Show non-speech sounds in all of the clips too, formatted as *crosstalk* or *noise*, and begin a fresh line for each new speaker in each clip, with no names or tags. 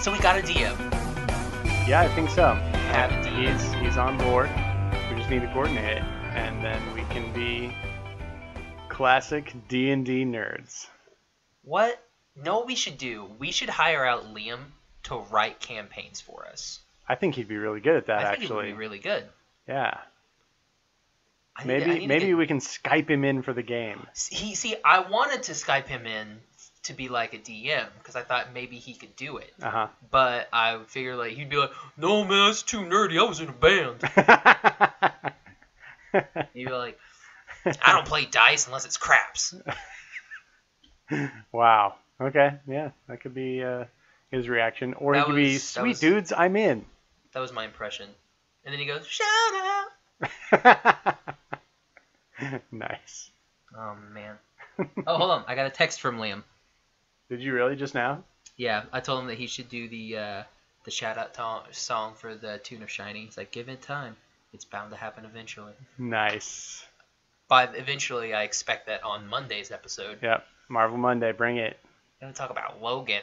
So we got a DM.
Yeah, I think so.
Have it done.
He's he's on board. We just need to coordinate it, and then we can be classic D and D nerds.
What? No, we should do. We should hire out Liam to write campaigns for us.
I think he'd be really good at that,
I think
actually.
it would be really good.
yeah,
I need to- I need
maybe
to
maybe
get-
we can Skype him in for the game.
He see, I wanted to Skype him in to be like a DM because I thought maybe he could do it,
Uh
but I figured like he'd be like, "No man, that's too nerdy. I was in a band."
*laughs* huh.
He'd be like, "I don't play dice unless it's craps."
*laughs* wow. Okay. Yeah, that could be uh, his reaction, or
That
he could be
was- that
sweet
was-
dudes. I'm in. *laughs*
That was my impression. And then he goes, "Shout out!"
nice.
Oh
*laughs*
man. oh, hold on. I got a text from Liam.
Did you really just now?
Yeah, I told him that he should do the uh, the shout out to- song for the tune of Shiny. He's like, give it time. It's bound to happen eventually.
Nice.
By eventually, I expect that on Monday's episode.
Yep. Marvel Monday, bring it.
We're going to talk about Logan.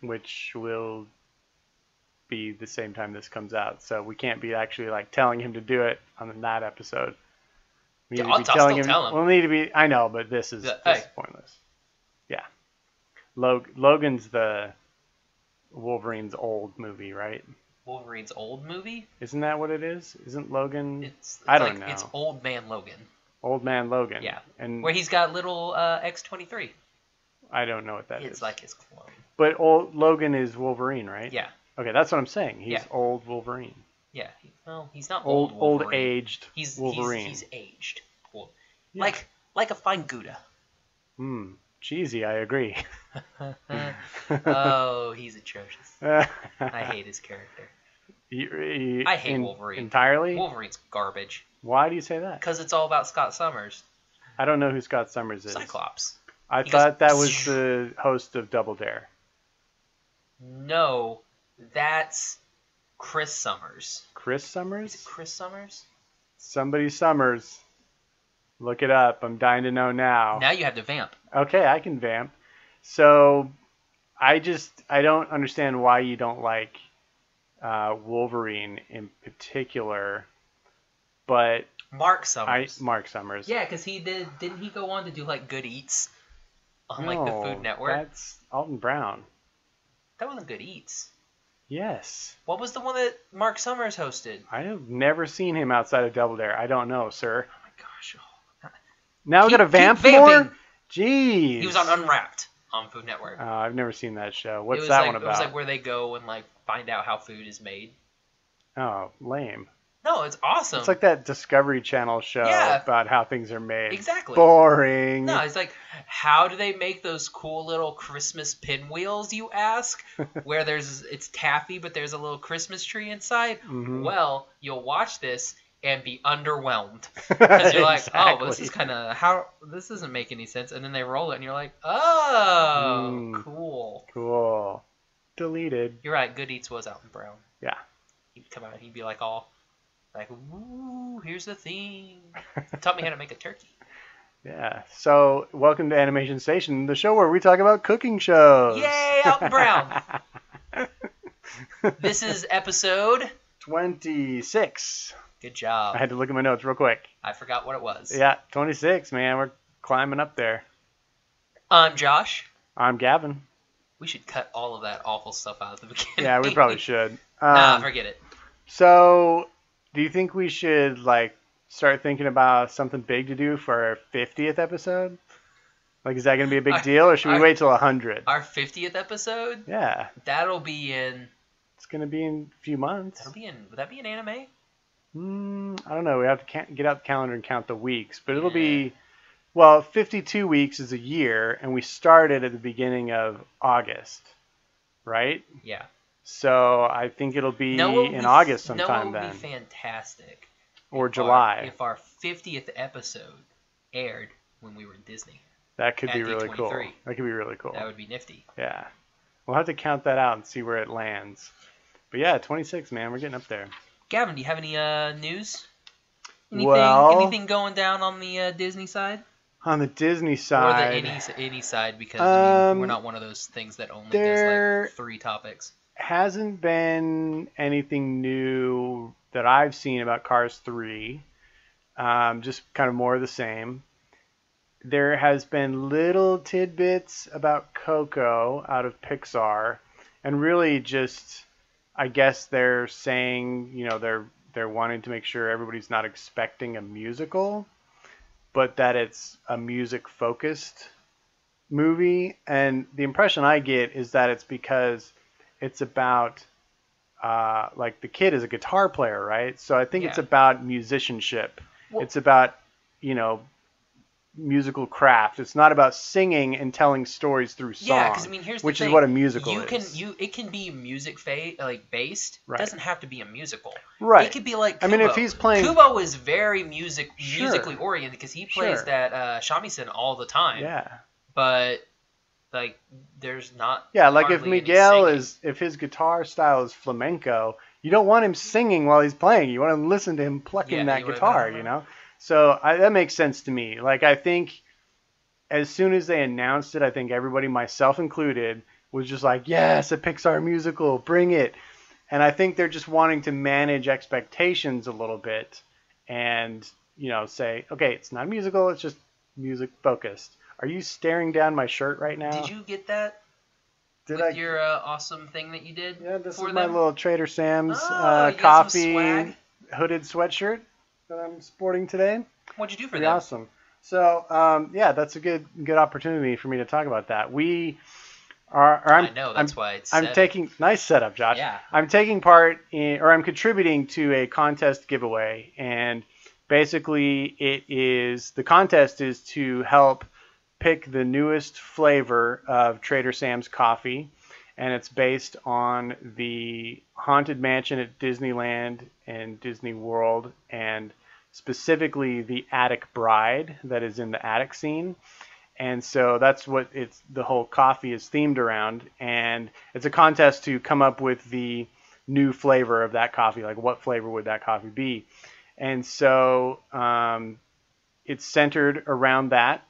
which will be the same time this comes out. So we can't be actually like telling him to do it on that episode. We
Yeah,
need
I'll-
to be
I'll
telling
still
him,
tell him.
We'll need to be. I know, but this is
Yeah,
this is
hey.
pointless. Yeah. Log, Logan's the Wolverine's old movie, right?
Wolverine's old movie?
Isn't that what it is? Isn't Logan
It's, it's
Mm. I don't
like, It's
know.
Old Man Logan,
Old Man Logan?
Yeah.
And
where he's got little uh, X23.
I don't know what that is.
It's like his clone.
but old Logan is Wolverine, right?
Yeah,
Okay, that's what I'm saying. He's
Yeah.
old Wolverine.
yeah. He- Well, he's not old.
Old old
Wolverine.
aged
He's,
Wolverine.
He's, he's aged. Well,
Yeah.
Like like a fine
*laughs*
Gouda.
Hmm. Cheesy, I agree. *laughs*
Uh, oh, he's atrocious.
I
I hate his character. I
I
hate Wolverine.
uh, Entirely?
Wolverine's garbage
Why do you say that?
because it's all about Scott Summers,
I don't know who Scott Summers is.
Cyclops.
I
He goes,
thought
*laughs*
that was the host of Double Dare.
No, that's Chris Summers.
Chris
Is it
Summers?
Chris Summers?
Somebody Summers. Look it up. I'm dying to know now.
Now you have to vamp.
Okay, I can vamp. So, I just I don't understand why you don't like uh, Wolverine in particular, but
Mark
I
Summers.
Mark Summers.
Yeah, because he did. Didn't he go on to do like Good Eats on like the
No,
Food Network?
Oh, That's Alton Brown.
That wasn't Good Eats.
Yes.
What was the one that Mark Summers hosted?
I have never seen him outside of Double Dare. I don't know, sir.
Oh my gosh, oh.
Now we
Keep-
got to vamp
keep vamping.
more? Jeez.
he was on Unwrapped on Food Network.
Uh, I've never seen that show.
it
What's
was
that
like,
one
It was
about?
like where they go and like find out how food is made.
Oh, lame.
No, it's awesome.
It's like that Discovery Channel show
Um, Yeah.
about how things are made.
Exactly.
Boring.
No, it's like, how do they make those cool little Christmas pinwheels, you
*laughs*
ask? Where there's, it's taffy, but there's a little Christmas tree inside?
Mhm.
Well, you'll watch this and be underwhelmed.
*laughs*
Because you're like, oh, well, this
Exactly.
is kind of, how, this doesn't make any sense. And then they roll it and you're like, oh,
Mm.
cool.
Cool. Deleted.
You're right, Good Eats was out in Brown.
Yeah.
He'd come out, he'd be like, all, like, ooh, here's the thing. Taught me how to make a turkey.
Yeah. So, welcome to Animation Station, the show where we talk about cooking shows.
Yay, Alton
*laughs*
Brown. this is episode.
26.
Good job.
I had to look at my notes real quick.
I forgot what it was.
Yeah, 26, man. We're climbing up there.
I'm Um, Josh.
I'm Gavin.
We should cut all of that awful stuff out at the beginning. *laughs*
Yeah, we probably should. Um,
nah, forget it.
so, do you think we should like start thinking about something big to do for our 50th episode? Like, is that going to be a big deal, or should we
I-
wait till 100?
Our 50th episode,
yeah,
that'll be in.
it's going to be in a few months.
That'll be in. Would that be an anime?
Mm, I don't know. We have to ca- get out the calendar and count the weeks, but it'll be well, 52 weeks is a year, and we started at the beginning of August, right?
Yeah.
So I think it'll be
Noah will
in
be-
August
Noah
sometime
will
then,
Be fantastic. If
or
our-
July.
if our 50th episode aired when we were in Disney,
that could be
at
really cool.
D23.
That could be really cool.
that would be nifty.
Yeah, we'll have to count that out and see where it lands. But yeah, 26, man, we're getting up there.
Gavin, do you have any uh, news? Anything,
Well-
anything going down on the uh, Disney side
On the Disney
or the
side,
any any side? Because I mean,
Um,
we're not one of those things that only
there-
does like three topics.
hasn't been anything new that I've seen about Cars 3. Um, just kind of more of the same. There has been little tidbits about Coco out of Pixar, and really just, I guess they're saying, you know, they're they're wanting to make sure everybody's not expecting a musical, but that it's a music focused movie. And the impression I get is that it's because it's about uh, like the kid is a guitar player, right? So I think it's
Yeah.
about musicianship.
Well-
it's about you know musical craft. It's not about singing and telling stories through song.
Yeah, because I mean, here's
which
the
is
thing.
what a musical
you
is.
can you it can be music fa- like based.
Right.
Doesn't have to be a musical.
right.
It could be like
I
Kubo.
mean, if he's playing-
Kubo is very music
Sure.
musically oriented because he plays
Sure.
that uh, shamisen all the time.
yeah.
But like, there's not.
Yeah, like if
hardly any
Miguel
singing.
is if his guitar style is flamenco, you don't want him singing while he's playing. You want to listen to him plucking
Yeah,
that
you wanna-
guitar, you know. So I, that makes sense to me. Like I think as soon as they announced it, I think everybody, myself included, was just like, "Yes, a Pixar musical, bring it!" And I think they're just wanting to manage expectations a little bit, and you know, say, "Okay, it's not musical; it's just music focused." Are you staring down my shirt right now?
Did you get that
Did
with
I
your uh, awesome thing that you did?
Yeah, this
for
is my
them?
little Trader Sam's
Oh,
uh,
you got some
coffee
swag.
hooded sweatshirt that I'm sporting today.
What'd you do for
Pretty
them?
awesome. So um, yeah, that's a good good opportunity for me to talk about that. We are. Or I'm,
I know that's
I'm,
why it's.
I'm
seven.
taking nice setup, Josh.
Yeah.
I'm taking part in, or I'm contributing to a contest giveaway, and basically it is the contest is to help pick the newest flavor of Trader Sam's coffee, and it's based on the Haunted Mansion at Disneyland and Disney World, and specifically the Attic Bride that is in the attic scene and so that's what it's the whole coffee is themed around and it's a contest to come up with the new flavor of that coffee like what flavor would that coffee be and so um, it's centered around that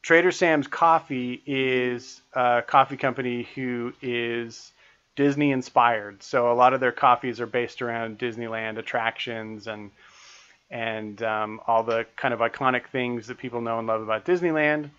trader sam's coffee is a coffee company who is disney inspired so a lot of their coffees are based around disneyland attractions and and um, all the kind of iconic things that people know and love about Disneyland.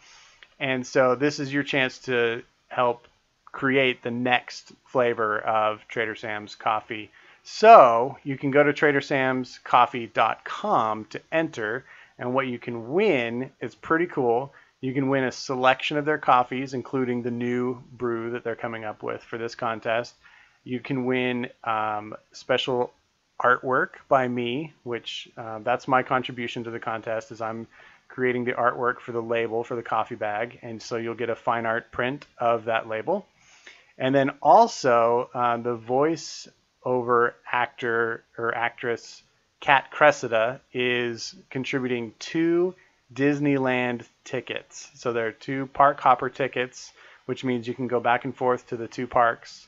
And so this is your chance to help create the next flavor of Trader Sam's coffee. So you can go to tradersamscoffee.com to enter, and what you can win is pretty cool. You can win a selection of their coffees, including the new brew that they're coming up with for this contest. You can win um, special artwork by me, which uh, that's my contribution to the contest. Is I'm creating the artwork for the label for the coffee bag, and so you'll get a fine art print of that label. And then also uh, the voice over actor or actress Kat Cressida is contributing two Disneyland tickets. So there are two park hopper tickets, which means you can go back and forth to the two parks.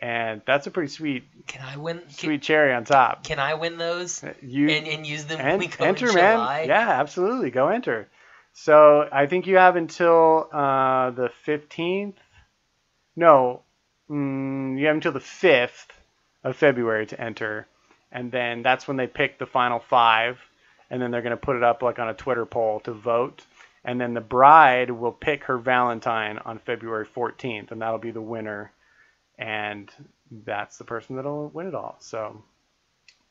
And that's a pretty sweet,
Can I win? Can,
sweet cherry on top.
can I win those?
You
And, and use them when
and
we go
enter,
in
man.
July.
Yeah, absolutely. Go enter. So I think you have until uh, the 15th. No, mm, you have until the 5th of February to enter. And then that's when they pick the final five. And then they're going to put it up like on a Twitter poll to vote. And then the bride will pick her Valentine on February 14th. And that'll be the winner. And that's the person that'll win it all. So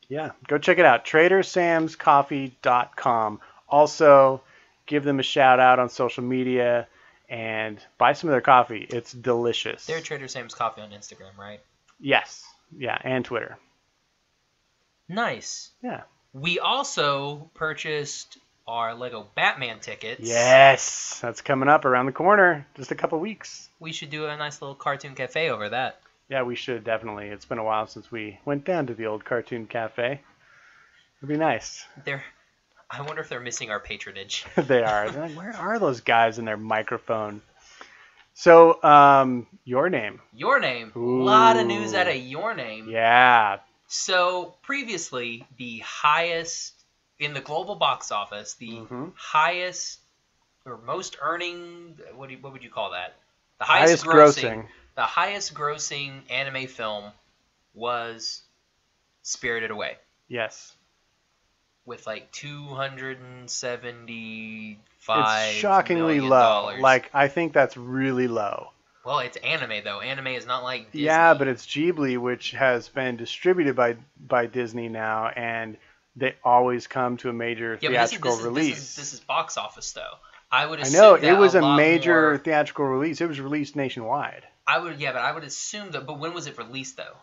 Yeah, go check it out. TraderSam'sCoffee.com. Also, give them a shout out on social media and buy some of their coffee. It's delicious.
They're Trader Sam's Coffee on Instagram, right?
yes. Yeah, and Twitter.
Nice.
Yeah.
We also purchased our Lego Batman tickets.
Yes, that's coming up around the corner. Just a couple weeks.
We should do a nice little cartoon cafe over that.
Yeah, we should definitely. It's been a while since we went down to the old cartoon cafe. It'd be nice. *laughs*
They're I wonder if they're missing our patronage.
they are. They're like, where are those guys in their microphone? So, um, your name.
Your name. A lot of news
Ooh.
out of your name.
Yeah.
So previously, the highest in the global box office, the
Mhm.
highest or most earning, what, do you, what would you call that? The
Highest grossing.
The highest grossing anime film was Spirited Away
Yes.
with like 275
it's shockingly
million
low.
dollars.
Like, I think that's really low.
well it's anime though anime is not like Disney.
Yeah, but it's Ghibli, which has been distributed by by Disney now, and they always come to a major
Yeah, but this is-
theatrical
this is-
release.
this is, this is box office though i would
I
assume
know
that
it was a,
lot
major
more-
theatrical release. It was released nationwide.
I would, yeah, but I would assume that. But when was it released though?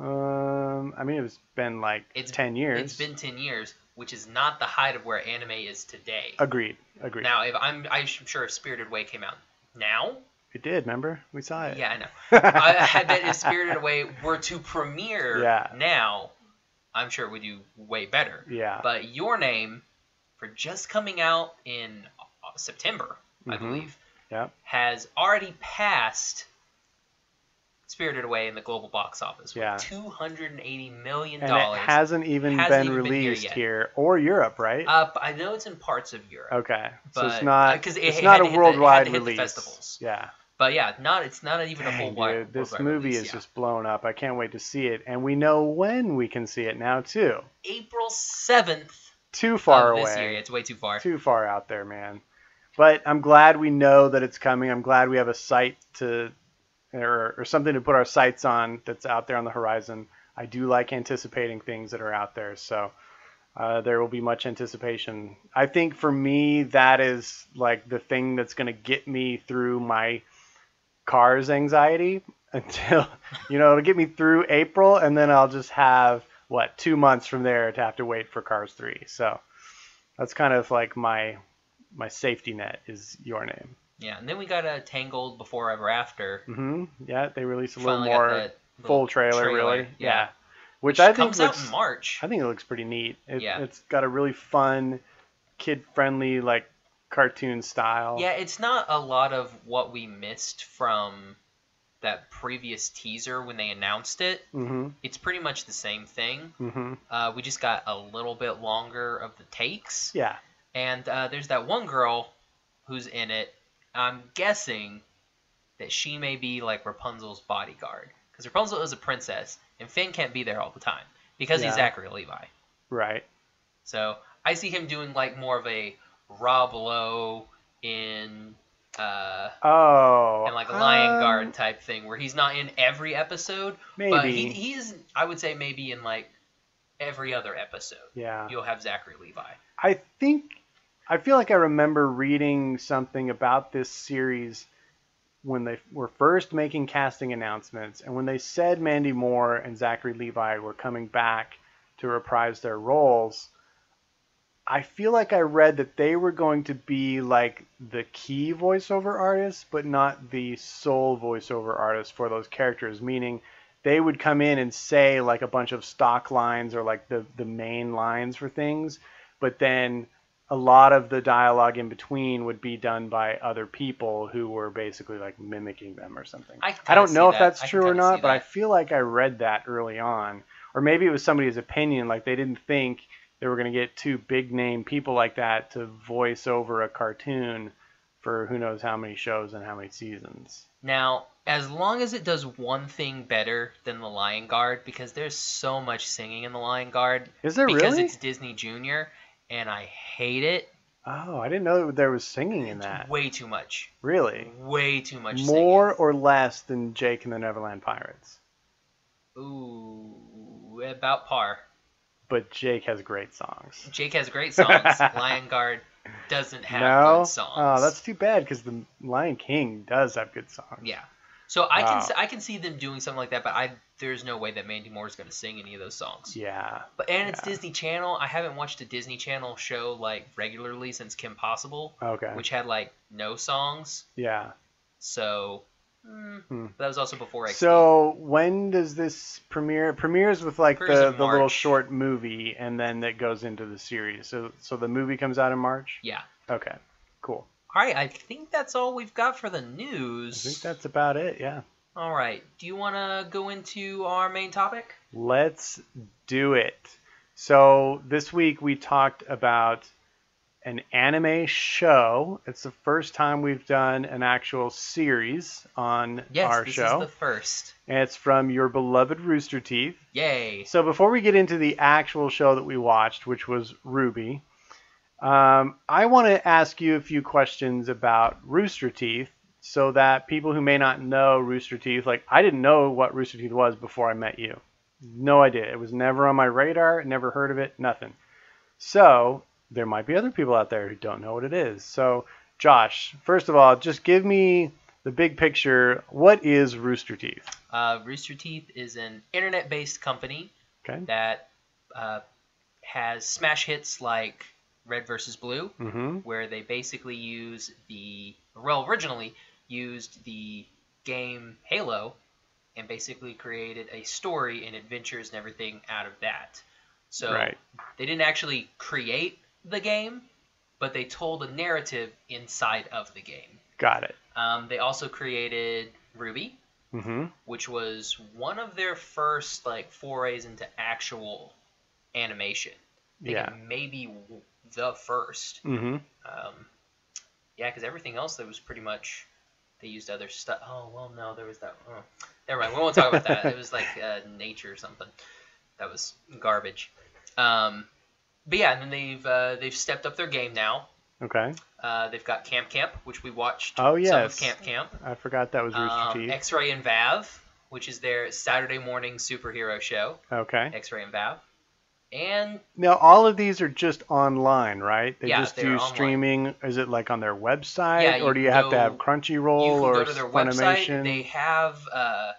Um, I mean, it's been like
It's
ten years.
It's been ten years, which is not the height of where anime is today.
agreed. Agreed.
Now, if I'm, I'm sure if Spirited Away came out now,
it did. Remember, we saw it. *laughs*
yeah, I know. I, I bet if Spirited Away were to premiere
Yeah.
now, I'm sure it would do way better.
Yeah.
But your name, for just coming out in uh, September, I
Mhm.
believe,
Yep.
has already passed Spirited Away in the global box office with
Yeah.
280 million
and
dollars.
it hasn't even
Hasn't
been
even been here
released
yet.
here, or Europe, right?
Uh, but I know it's in parts of Europe.
okay, so
but- uh,
it's not.
'cause it
it's
had
not
to hit the-
a
it had
worldwide
to hit the
release.
festivals.
Yeah.
But yeah, not it's not even a full
Dang,
wide.
dude, this
worldwide
movie
release,
is
yeah.
just blown up. I can't wait to see it, and we know when we can see it now too.
April seventh.
Too far
of
away.
Oh, This year. It's way too far.
too far out there, man. But I'm glad we know that it's coming. I'm glad we have a site to or, or something to put our sights on that's out there on the horizon. I do like anticipating things that are out there, so uh, there will be much anticipation. I think for me, that is like the thing that's going to get me through my cars anxiety *laughs* until you know it'll get me through April, and then I'll just have what two months from there to have to wait for Cars Three. So that's kind of like my my safety net is your name.
Yeah, and then we got a Tangled Before Ever After.
hmm Yeah, they released a
Finally got
little more
that little
full trailer, really.
trailer, yeah.
which, I think
comes
looks,
out in March.
I think it looks pretty neat. It,
Yeah.
it's got a really fun, kid-friendly like cartoon style.
Yeah, it's not a lot of what we missed from that previous teaser when they announced it.
hmm
It's pretty much the same thing.
hmm
Uh, we just got a little bit longer of the takes.
Yeah.
And uh, there's that one girl who's in it. I'm guessing that she may be like Rapunzel's bodyguard. Because Rapunzel is a princess, and Finn can't be there all the time because he's
Yeah.
Zachary Levi.
Right.
So I see him doing like more of a Rob Lowe in uh,
Oh.
and like a Lion
um,
Guard type thing where he's not in every episode, but he,
Maybe.
he is. I would say maybe in like every other episode,
yeah.
you'll have Zachary Levi.
I think I feel like I remember reading something about this series when they were first making casting announcements, and when they said Mandy Moore and Zachary Levi were coming back to reprise their roles. I feel like I read that they were going to be like the key voiceover artists, but not the sole voiceover artists for those characters. Meaning, they would come in and say like a bunch of stock lines or like the the main lines for things, but then a lot of the dialogue in between would be done by other people who were basically like mimicking them or something.
I can
I don't
kinda
know
see
if
that.
that's
I can
true or
kinda see
not, but I
that.
feel like I read that early on, or maybe it was somebody's opinion. Like they didn't think they were going to get two big name people like that to voice over a cartoon for who knows how many shows and how many seasons.
Now, as long as it does one thing better than the Lion Guard, because there's so much singing in the Lion Guard,
Is there
because
really?
it's Disney Junior, and I hate it.
Oh, I didn't know there was singing in that.
Way too much.
Really?
Way too much.
More or less than Jake and the Neverland Pirates.
Singing. Ooh, about par.
but Jake has great songs.
Jake has great
*laughs*
songs. Lion Guard doesn't have
no,
good songs.
oh, that's too bad because the Lion King does have good songs.
yeah. So I can
Wow.
s- I can see them doing something like that, but I there's no way that Mandy Moore is going to sing any of those songs.
yeah,
But and it's
Yeah.
Disney Channel. I haven't watched a Disney Channel show like regularly since Kim Possible,
okay,
which had like no songs.
yeah.
So mm,
Hmm.
but that was also before XD.
So when does this premiere? It premieres with like
Premieres
the,
in
the little
March.
short movie, and then that goes into the series. So so the movie comes out in March.
yeah.
Okay, cool.
All right, I think that's all we've got for the
I
news.
think that's about it. Yeah,
All right. Do you want to go into our main topic?
let's do it. So this week we talked about an anime show. It's the first time we've done an actual series on
Yes,
our
this
show,
is the first.
and it's from your beloved Rooster Teeth.
Yay.
So before we get into the actual show that we watched, which was Ruby, um, I want to ask you a few questions about Rooster Teeth, so that people who may not know Rooster Teeth, like I didn't know what Rooster Teeth was before I met you. No idea. It was never on my radar. Never heard of it. Nothing. So there might be other people out there who don't know what it is. So Josh, first of all, just give me the big picture. What is Rooster Teeth?
Uh, Rooster Teeth is an internet based company
Okay.
that uh, has smash hits like Red versus Blue,
Mm-hmm.
where they basically use the, well, originally used the game Halo and basically created a story and adventures and everything out of that. So
Right.
they didn't actually create the game, but they told a narrative inside of the game.
Got it.
Um, they also created Ruby,
Mm-hmm.
which was one of their first like forays into actual animation. I think
Yeah.
maybe w- the first.
Mm-hmm.
Um, yeah, because everything else that was pretty much they used other stuff. Oh well, no, there was that. Oh, never mind. We won't talk about that. It was like uh, nature or something. That was garbage. Um, but yeah, and then they've uh, they've stepped up their game now.
Okay.
Uh, they've got Camp Camp, which we watched.
Oh,
Some of
yes.
Camp Camp.
I forgot that was Rooster
Um,
Teeth.
X-Ray and Vav, which is their Saturday morning superhero show.
okay.
X-Ray and Vav. And
Now all of these are just online, right? They
Yeah,
just
they're
do
online.
streaming. Is it like on their website,
Yeah, you
or do you
can
have to
go-
have Crunchyroll
you can
or
go to their
Funimation?
website. They have uh,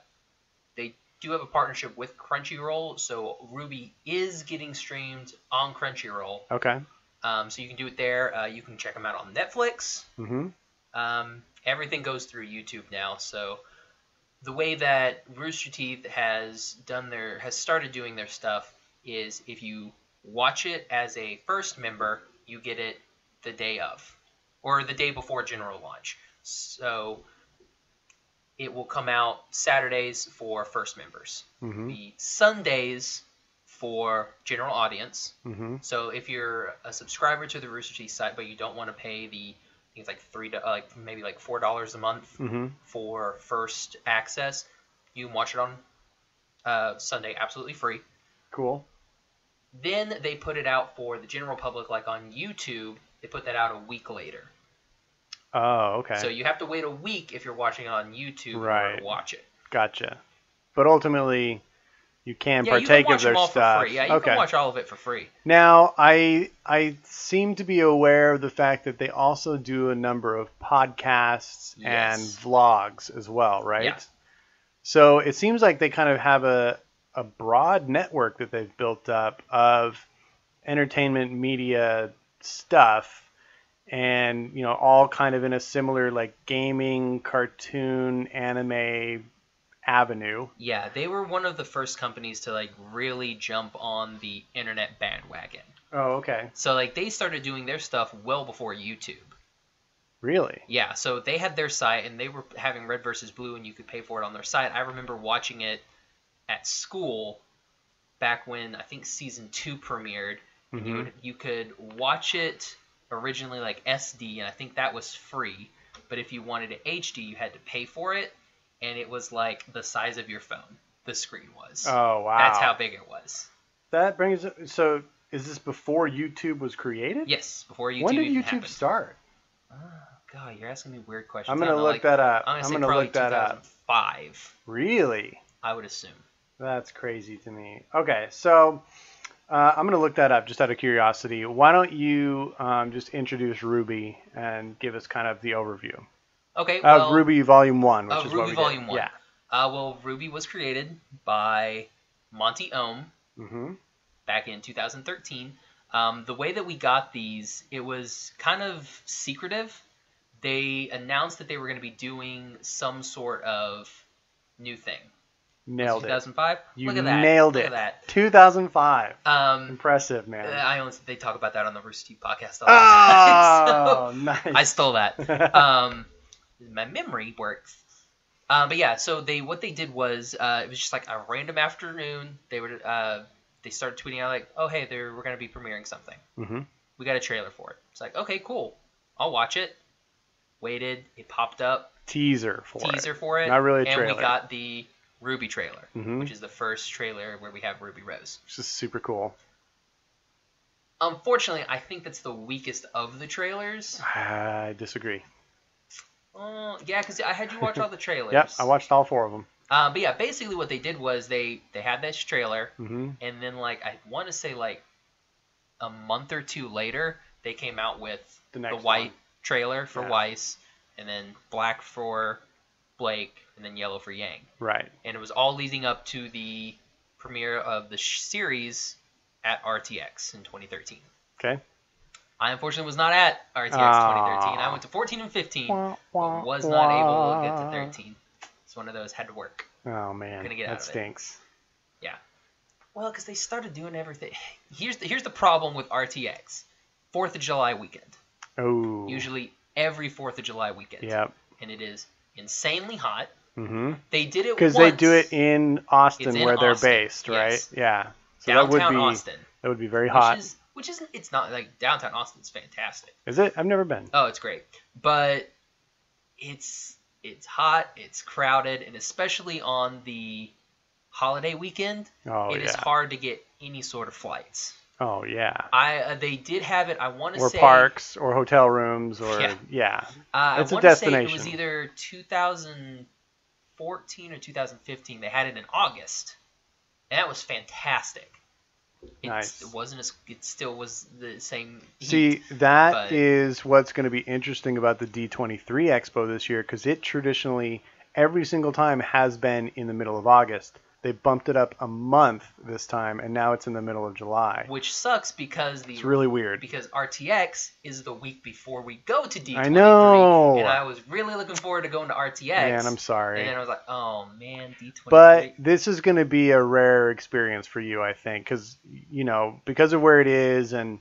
they do have a partnership with Crunchyroll, so Ruby is getting streamed on Crunchyroll.
Okay.
Um, so you can do it there. Uh, you can check them out on Netflix.
Mm-hmm.
Um, everything goes through YouTube now, so the way that Rooster Teeth has done their has started doing their stuff is if you watch it as a first member, you get it the day of or the day before general launch. So it will come out Saturdays for first members,
Mm-hmm.
the Sundays for general audience,
Mm-hmm.
so if you're a subscriber to the Rooster Teeth site, but you don't want to pay the, I think it's like three, do- uh, like maybe like four dollars a month
Mm-hmm.
for first access, you can watch it on uh, Sunday absolutely free.
Cool.
Then they put it out for the general public, like on YouTube. They put that out a week later.
Oh, okay.
So you have to wait a week if you're watching on YouTube in order
Right.
to watch it.
gotcha. But ultimately, you can
yeah, you
partake
can watch
of their
them all
stuff.
for free. Yeah, you
okay.
can watch all of it for free.
Now, I I seem to be aware of the fact that they also do a number of podcasts and
Yes.
vlogs as well, right?
Yeah.
So it seems like they kind of have a a broad network that they've built up of entertainment media stuff and you know all kind of in a similar like gaming cartoon anime avenue
Yeah, they were one of the first companies to like really jump on the internet bandwagon.
oh okay
So like they started doing their stuff well before YouTube.
really
Yeah, so they had their site and they were having Red versus Blue and you could pay for it on their site. I remember watching it at school back when I think season 2 premiered. And you
Mhm.
would, you could watch it originally like SD and I think that was free, but if you wanted it HD, you had to pay for it and it was like the size of your phone. The screen was.
oh wow
That's how big it was.
That brings so is this before YouTube was created?
Yes, before YouTube
when did
even
YouTube
happened. Ah,
start?
God, you're asking me weird questions.
I'm
I
gonna
don't know,
look
like-
that up.
I'm gonna,
I'm
say
gonna
probably
look that up.
2005,
Really?
I would assume.
That's crazy to me. Okay, so Uh, I'm going to look that up just out of curiosity. Why don't you um, just introduce Ruby and give us kind of the overview
Okay,
of
well,
Ruby Volume One, which
of
is what
Ruby
we did.
Volume One.
Yeah.
Uh, well, Ruby was created by Monty Ohm
Mm-hmm.
back in 2013. Um, the way that we got these, it was kind of secretive. They announced that they were going to be doing some sort of new thing.
Nailed it.
2005.
You
Look at that.
nailed
Look
it.
at that.
2005.
Um,
Impressive, man.
I always they talk about that on the Rooster Teeth podcast all the time. *laughs* so-
oh, nice. *laughs*
I stole that. Um, my memory works. Um, but yeah, so they what they did was uh, it was just like a random afternoon. They were uh, they started tweeting out like, oh hey, they're, we're gonna be premiering something.
hmm
We got a trailer for it. It's like okay, cool. I'll watch it. Waited. It popped up.
Teaser for
teaser
it.
for it.
Not really a
and
trailer.
we got the Ruby trailer,
Mhm.
which is the first trailer where we have Ruby Rose.
Which is super cool.
Unfortunately, I think that's the weakest of the
*sighs*
trailers.
I disagree.
Uh, yeah, because I had you
*laughs*
watch all the trailers.
Yep, I watched all four of them.
Um, but yeah, basically what they did was they they had this trailer,
hmm
and then like I want to say like a month or two later, they came out with
The next
white
one.
trailer for
Yeah.
Weiss, and then black for Blake, and then yellow for Yang,
Right.
and it was all leading up to the premiere of the sh- series at RTX in 2013.
Okay.
I unfortunately was not at RTX
Ah.
2013. I
Aw.
went to 14 and 15,
Wah, wah,
but was not able to get
wah.
to 13. It's one of those had to work.
Oh man,
Gonna get out
that
of it.
stinks.
Well, because they started doing everything. *laughs* Here's the, here's the problem with RTX. Fourth of July weekend.
Oh.
Usually every Fourth of July weekend.
Yep.
And it is insanely hot.
Mm-hmm.
They did it
Because they do
once,
it in Austin,
It's in
where they're
Austin,
based, right?
yes.
Yeah. So that
downtown
would be
Austin,
that would be very
which
hot. Is,
is which isn't it's not like downtown Austin's fantastic.
it? I've never been.
Oh, it's great, but it's it's hot, it's crowded, and especially on the holiday weekend,
Oh
it is
yeah.
hard to get any sort of flights.
Oh yeah.
I uh, they did have it. I want to
Or
say
parks, or hotel rooms, or yeah.
*laughs* Yeah. Uh,
It's
I
a
want to say it was
destination.
either 2014 or 2015. They had it in August, and that was fantastic. It's,
Nice.
It wasn't as it still was the same. heat.
See, that is
but-
what's going to be interesting about the D23 Expo this year because it traditionally, every single time, has been in the middle of August. They bumped it up a month this time, and now it's in the middle of July.
which sucks because the
It's really weird.
because RTX is the week before we go to D23.
I know.
and I was really looking forward to going to RTX.
Man, I'm
And
sorry.
then I was like, oh man, D23.
But this is going to be a rare experience for you, I think, because you know because of where it is and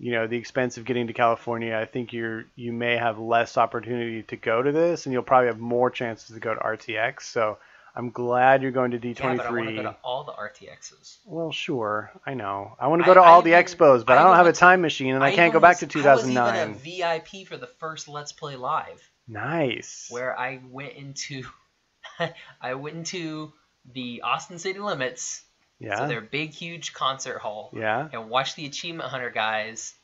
you know the expense of getting to California. I think you're you may have less opportunity to go to this, and you'll probably have more chances to go to RTX. So I'm glad you're going to
yeah, but I want to
D23.
go to all the RTXs.
well, sure, I know. I want to
I-
go to
I
all the
even-
expos, but I,
I
don't
even
have a
went to-
time machine, and I, can't go
even
back to
was- I was
2009.
even a VIP for the first Let's Play Live.
Nice.
where I went into *laughs* I went into the Austin City Limits, so
yeah.
their big huge concert hall,
yeah.
and watched the Achievement Hunter guys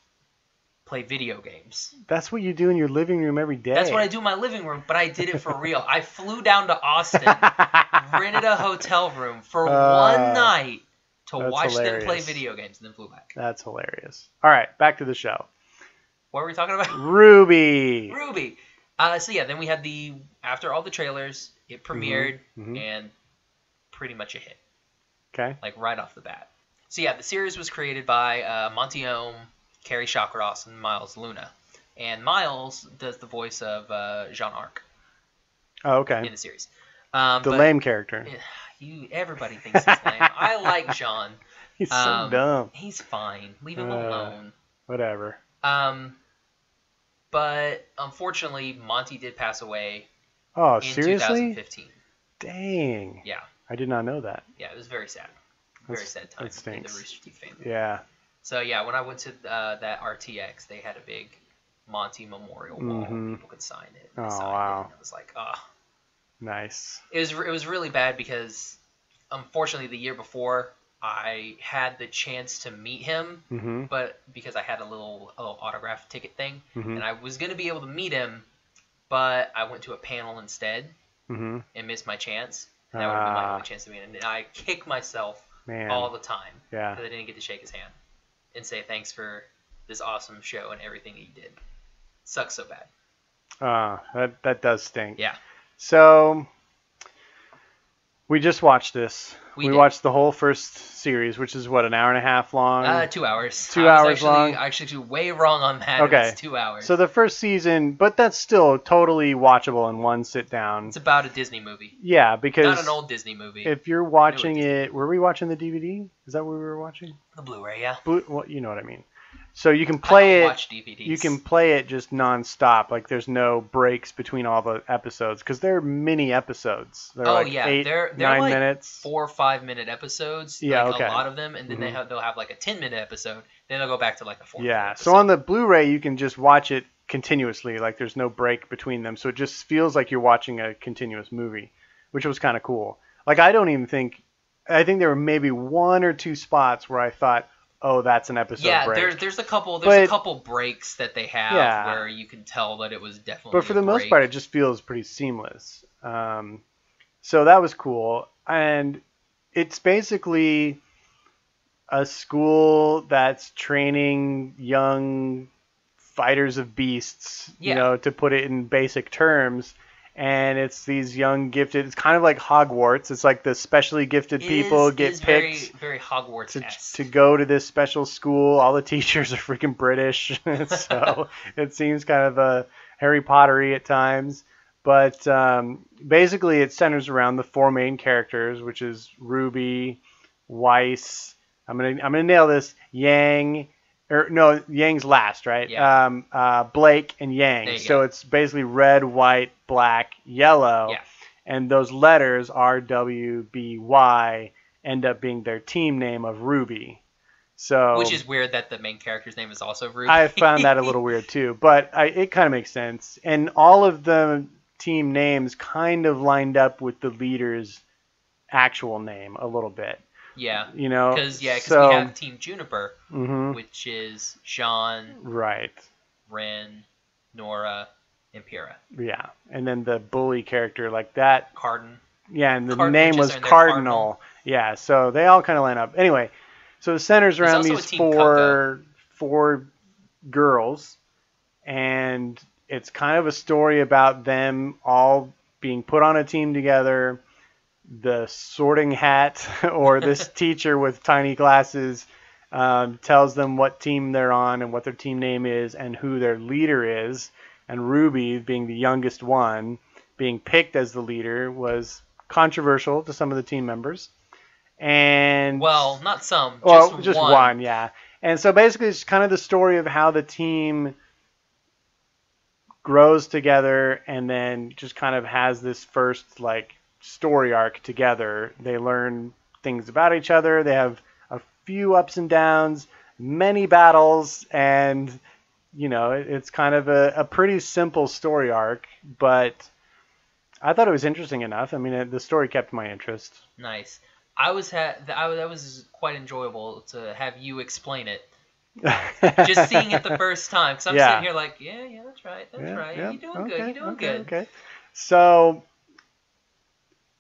play video games.
That's what you do in your living room every day.
That's what I do in my living room, but I did it for real. I flew down to Austin,
*laughs*
rented a hotel room for
Uh,
one night to
that's
watch them play
hilarious.
video games, and then flew back.
That's hilarious. All right, back to the show.
What were we talking about?
Ruby.
Ruby. Uh, so yeah, then we had the after all the trailers, it premiered
mhm.
and pretty much a hit.
Okay.
like right off the bat. So yeah, the series was created by uh, Monty Ohm, Carrie Shakaros, and Miles Luna. And Miles does the voice of uh, Jean Arc in
Oh, okay.
the series. Um,
The
but
lame character.
You, everybody thinks he's lame. I like Jean.
*laughs* He's so
Um,
dumb.
He's fine. Leave him
Uh.
alone.
Whatever.
Um, but unfortunately, Monty did pass away
Oh,
in
seriously?
2015.
Dang.
Yeah,
I did not know that.
yeah, it was very sad. Very
That's-
sad
that
time in the
stinks.
Rooster Teeth family.
Yeah.
So yeah, when I went to uh, that RTX, they had a big Monty memorial wall. where
Mhm.
People could sign it. and they
Oh,
signed
wow.
It, and I was like, ah,
Nice.
it was it was really bad because unfortunately the year before I had the chance to meet him,
Mm-hmm.
but because I had a little a little autograph ticket thing,
Mhm.
and I was gonna be able to meet him, but I went to a panel instead
Mm-hmm.
and missed my chance. And that would have been
Ah.
my only chance to meet him. And I kick myself
Man.
all the time
yeah.
because I didn't get to shake his hand and say thanks for this awesome show and everything that you did. Sucks so bad.
Uh, that, that does stink.
Yeah.
So we just watched this.
We
We,
did.
watched the whole first series, which is what an hour and a half long.
Uh, two hours.
Two
I was
hours
actually,
long?
Actually, way wrong on that.
Okay.
It's two hours.
so the first season, but that's still totally watchable in one sit down.
it's about a Disney movie,
Yeah, because
not an old Disney movie.
if you're watching
Disney.
it, were we watching the DVD? Is that what we were watching?
the Blu-ray, yeah.
Blue, well, you know what I mean. So you can
I
play
don't
it.
Watch DVDs.
You can play it just nonstop. Like there's no breaks between all the episodes because they're mini episodes. They're
oh
like
yeah,
8
they're they're
nine
like
minutes.
four or five minute episodes.
Yeah,
like
okay. Mm-hmm.
a lot of them, and then they have, they'll have like a ten minute episode. Then they'll go back to like a four.
Yeah.
Episode.
So on the Blu-ray, you can just watch it continuously. Like there's no break between them, so it just feels like you're watching a continuous movie, which was kind of cool. Like I don't even think, I think there were maybe one or two spots where I thought, oh, that's an episode
yeah,
break.
there's there's a couple there's a
But-
couple breaks that they have
Yeah.
where you can tell that it was definitely.
but
a
for the most
break.
part, it just feels pretty seamless. Um, so that was cool, and it's basically a school that's training young fighters of beasts,
Yeah.
you know, to put it in basic terms. And it's these young gifted. It's kind of like Hogwarts. It's like the specially gifted
It
people
is-
get
is
picked
Very, very Hogwarts
to, to go to this special school. All the *laughs* teachers are freaking British, *laughs*
*laughs*
so it seems kind of uh, Harry Pottery at times. But um, basically, it centers around the four main characters, which is Ruby, Weiss. I'm gonna I'm gonna nail this. Yang, or no, Yang's last, right?
Yeah.
Um, uh, Blake and
There
Yang.
you
So
go.
it's basically red, white, black, yellow
Yeah.
and those letters R W B Y end up being their team name of Ruby. So
Which is weird that the main character's name is also Ruby.
I found that a little weird too, but I, it kind of makes sense. And all of the team names kind of lined up with the leader's actual name a little bit,
*laughs*
*laughs*
yeah.
you know.
Because yeah, because
Oh, so
we have Team Juniper,
mhm,
which is Sean,
right,
Ren, Nora, and Pyrrha.
yeah, and then the bully character like that
Cardin.
Yeah, and the
Cardinal
name
just
was
in there,
Cardinal.
Cardinal.
Yeah, so they all kind of line up. Anyway, so it centers
There's
around
also a
these
Team
four four girls, and it's kind of a story about them all being put on a team together. The Sorting Hat, *laughs*
*laughs*
or this teacher with tiny glasses, um, tells them what team they're on and what their team name is and who their leader is. And Ruby, being the youngest one, being picked as the leader was controversial to some of the team members. And
Well, not some.
well,
just,
just,
one.
one. yeah. And so basically, it's kind of the story of how the team grows together and then just kind of has this first like story arc together. They learn things about each other. They have a few ups and downs, many battles, and you know it- it's kind of a, a pretty simple story arc. But I thought it was interesting enough. I mean, it, the story kept my interest.
Nice. I was ha- th- I, was- that was quite enjoyable to have you explain it. Just seeing it
*laughs*
the first time, because I'm
Yeah.
sitting here like, yeah, yeah, that's right, that's
Yeah,
right.
yeah,
You're doing
okay,
good. You're doing
okay,
good.
Okay. So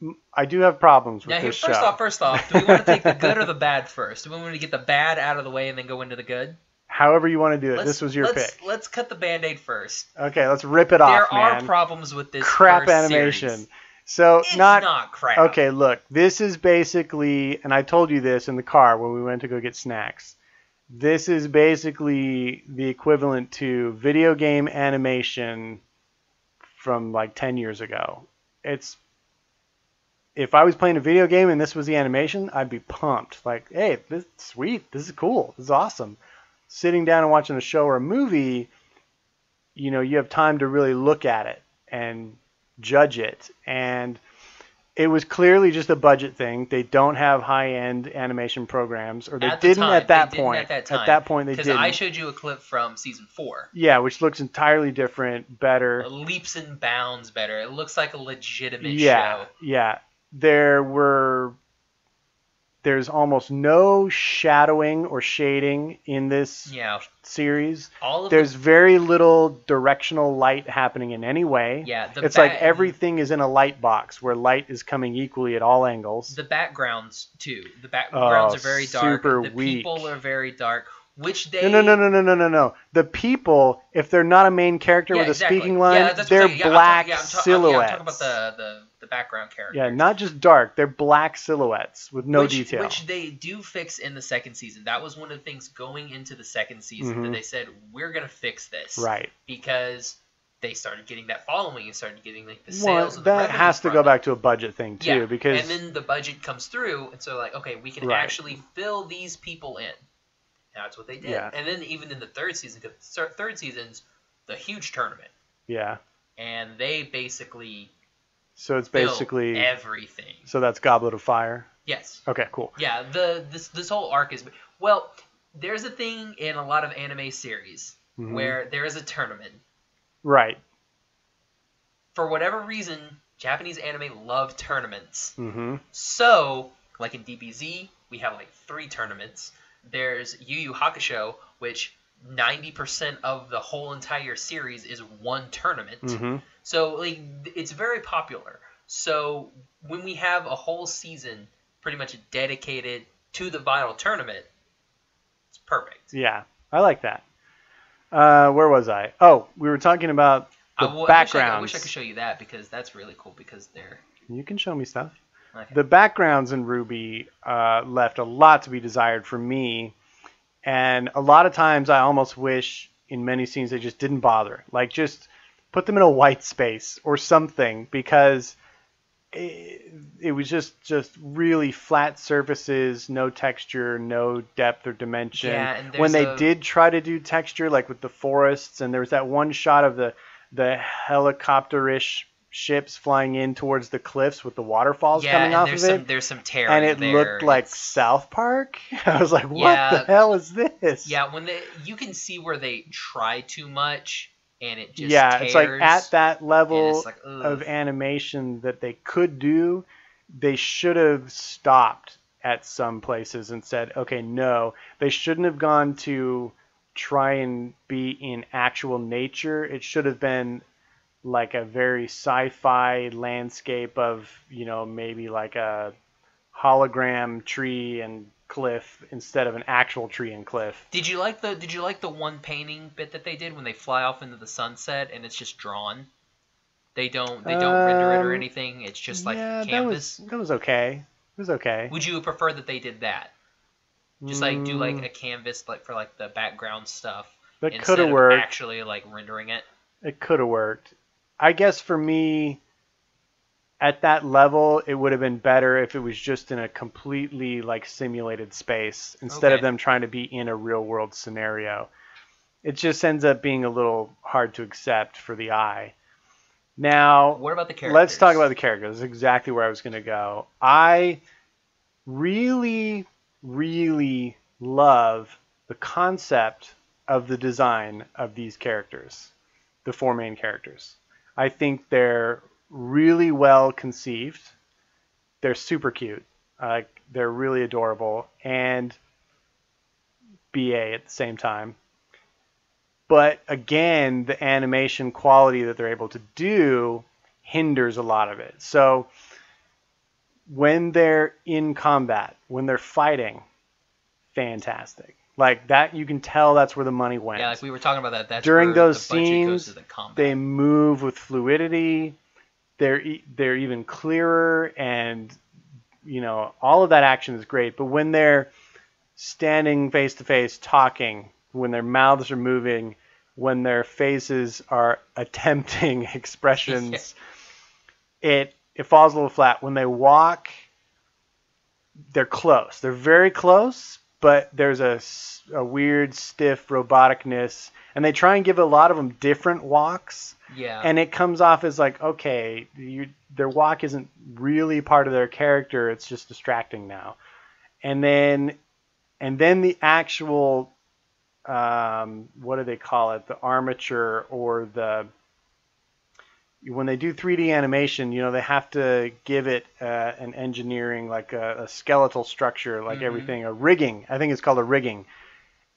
m- I do have problems with
Now, here,
this
first
show.
off, first off, do we want to take the
*laughs*
good or the bad first? Do we want to get the bad out of the way and then go into the good?
However you want to do it.
Let's-
this was your
let's,
pick.
Let's cut the band aid first.
Okay, let's rip it
there
off,
are
man.
problems with this
crap
first
animation.
series.
So
It's
not,
not, crap.
okay. Look, this is basically, and I told you this in the car when we went to go get snacks. This is basically the equivalent to video game animation from like 10 years ago. It's if I was playing a video game and this was the animation, I'd be pumped. Like, hey, this sweet, this is cool, this is awesome. Sitting down and watching a show or a movie, you know, you have time to really look at it and judge it. And it was clearly just a budget thing. They don't have high-end animation programs, or they
At the
didn't
time,
at that
they didn't
point.
At that, time,
point, they
Because
didn't.
I showed you a clip from season four.
yeah, which looks entirely different, better.
Leaps and bounds better. It looks like a legitimate
yeah,
show.
Yeah. There were There's almost no shadowing or shading in this
Yeah,
series.
all of
There's
the,
very little directional light happening in any way.
yeah. The
it's like
back-
everything is in a light box where light is coming equally at all angles.
the backgrounds too. The backgrounds
Oh,
are very dark.
super
the
weak.
people are very dark. Which they
No, no, no, no, no, no, no, no. The people, if they're not a main character
Yeah,
with a
exactly.
speaking
Yeah,
line,
that's what I'm
they're
saying. Yeah, I'm
black
talking- yeah, I'm ta-
silhouettes.
Yeah, I'm talking about the, the, the background character.
Yeah, not just dark. They're black silhouettes with no
which,
detail.
Which they do fix in the second season. That was one of the things going into the second season that
Mhm.
they said we're gonna fix this.
right.
Because they started getting that following and started getting like the
Well,
sales. and the
that
revenue
has to
from
go
it.
back to a budget thing too,
yeah.
because
and then the budget comes through, and so like okay, we can
Right.
actually fill these people in. And that's what they did.
Yeah.
And then even in the third season, because third season's the huge tournament,
yeah.
and they basically
So it's
fill
basically
everything.
so that's Goblet of Fire.
Yes.
Okay, cool.
Yeah, the this this whole arc is well, there's a thing in a lot of anime series
Mhm.
where there is a tournament.
Right.
For whatever reason, Japanese anime love tournaments.
Mm-hmm.
So, like in DBZ, we have like three tournaments. There's Yu Yu Hakusho, which 90% of the whole entire series is one tournament.
Mm-hmm.
So like th- it's very popular. So when we have a whole season pretty much dedicated to the vital tournament, it's perfect.
Yeah, I like that. Uh, where was I? Oh, we were talking about
I
the
w- I wish I, could- I
backgrounds.
wish I could show you that because that's really cool because they're
you can show me stuff.
Okay.
The backgrounds in Ruby uh, left a lot to be desired for me, and a lot of times I almost wish in many scenes they just didn't bother. Like just put them in a white space or something because it, it was just just really flat surfaces, no texture, no depth or dimension.
Yeah, and
when they
there's a-
did try to do texture, like with the forests, and there was that one shot of the the helicopter-ish ships flying in towards the cliffs with the waterfalls
yeah,
coming
and
off
there's
of
some
it.
there's some terror
And it
there.
looked like
It's-
South Park. *laughs* I was like, what
Yeah.
the hell is this?
yeah when they you can see where they try too much and it just
yeah, it's like
tears,
at that
and
level
it's like, ugh.
of animation that they could do, they should have stopped at some places and said, okay, no. They shouldn't have gone to try and be in actual nature. It should have been like a very sci fi landscape of, you know, maybe like a hologram tree and cliff instead of an actual tree and cliff.
Did you like the Did you like the one painting bit that they did when they fly off into the sunset and it's just drawn? They don't They don't render it or
Um,
anything. It's just like
yeah, that
canvas.
was that was okay. It was okay.
Would you prefer that they did that? Just like do
Mm.
like a canvas like for like the background stuff
That
instead
could have
of
worked.
actually like rendering it.
it could have worked. I guess for me, at that level, it would have been better if it was just in a completely like simulated space instead of
Okay.
them trying to be in a real world scenario. It just ends up being a little hard to accept for the eye. Now,
What about the characters?
Let's talk about the characters. That's exactly where I was going to go. I really, really love the concept of the design of these characters, the four main characters. I think they're really well conceived. They're super cute. Uh, they're really adorable and BA at the same time. But again, the animation quality that they're able to do hinders a lot of it. So when they're in combat, when they're fighting, fantastic. Like that, you can tell that's where the money went.
yeah, like we were talking about that. That's
During
where
those
the budget goes
scenes,
to the combat.
they move with fluidity. They're e- they're even clearer, and you know all of that action is great. But when they're standing face to face talking, when their mouths are moving, when their faces are *laughs* attempting *laughs* expressions, it it falls a little flat. When they walk, they're close. They're very close, but there's a, s- a weird stiff roboticness, and they try and give a lot of them different walks,
yeah.
and it comes off as like, okay, you, their walk isn't really part of their character. It's just distracting now, and then and then the actual um, what do they call it? The armature or the when they do 3D animation, you know, they have to give it uh, an engineering, like a, a skeletal structure, like
Mhm.
everything, a rigging. I think it's called a rigging.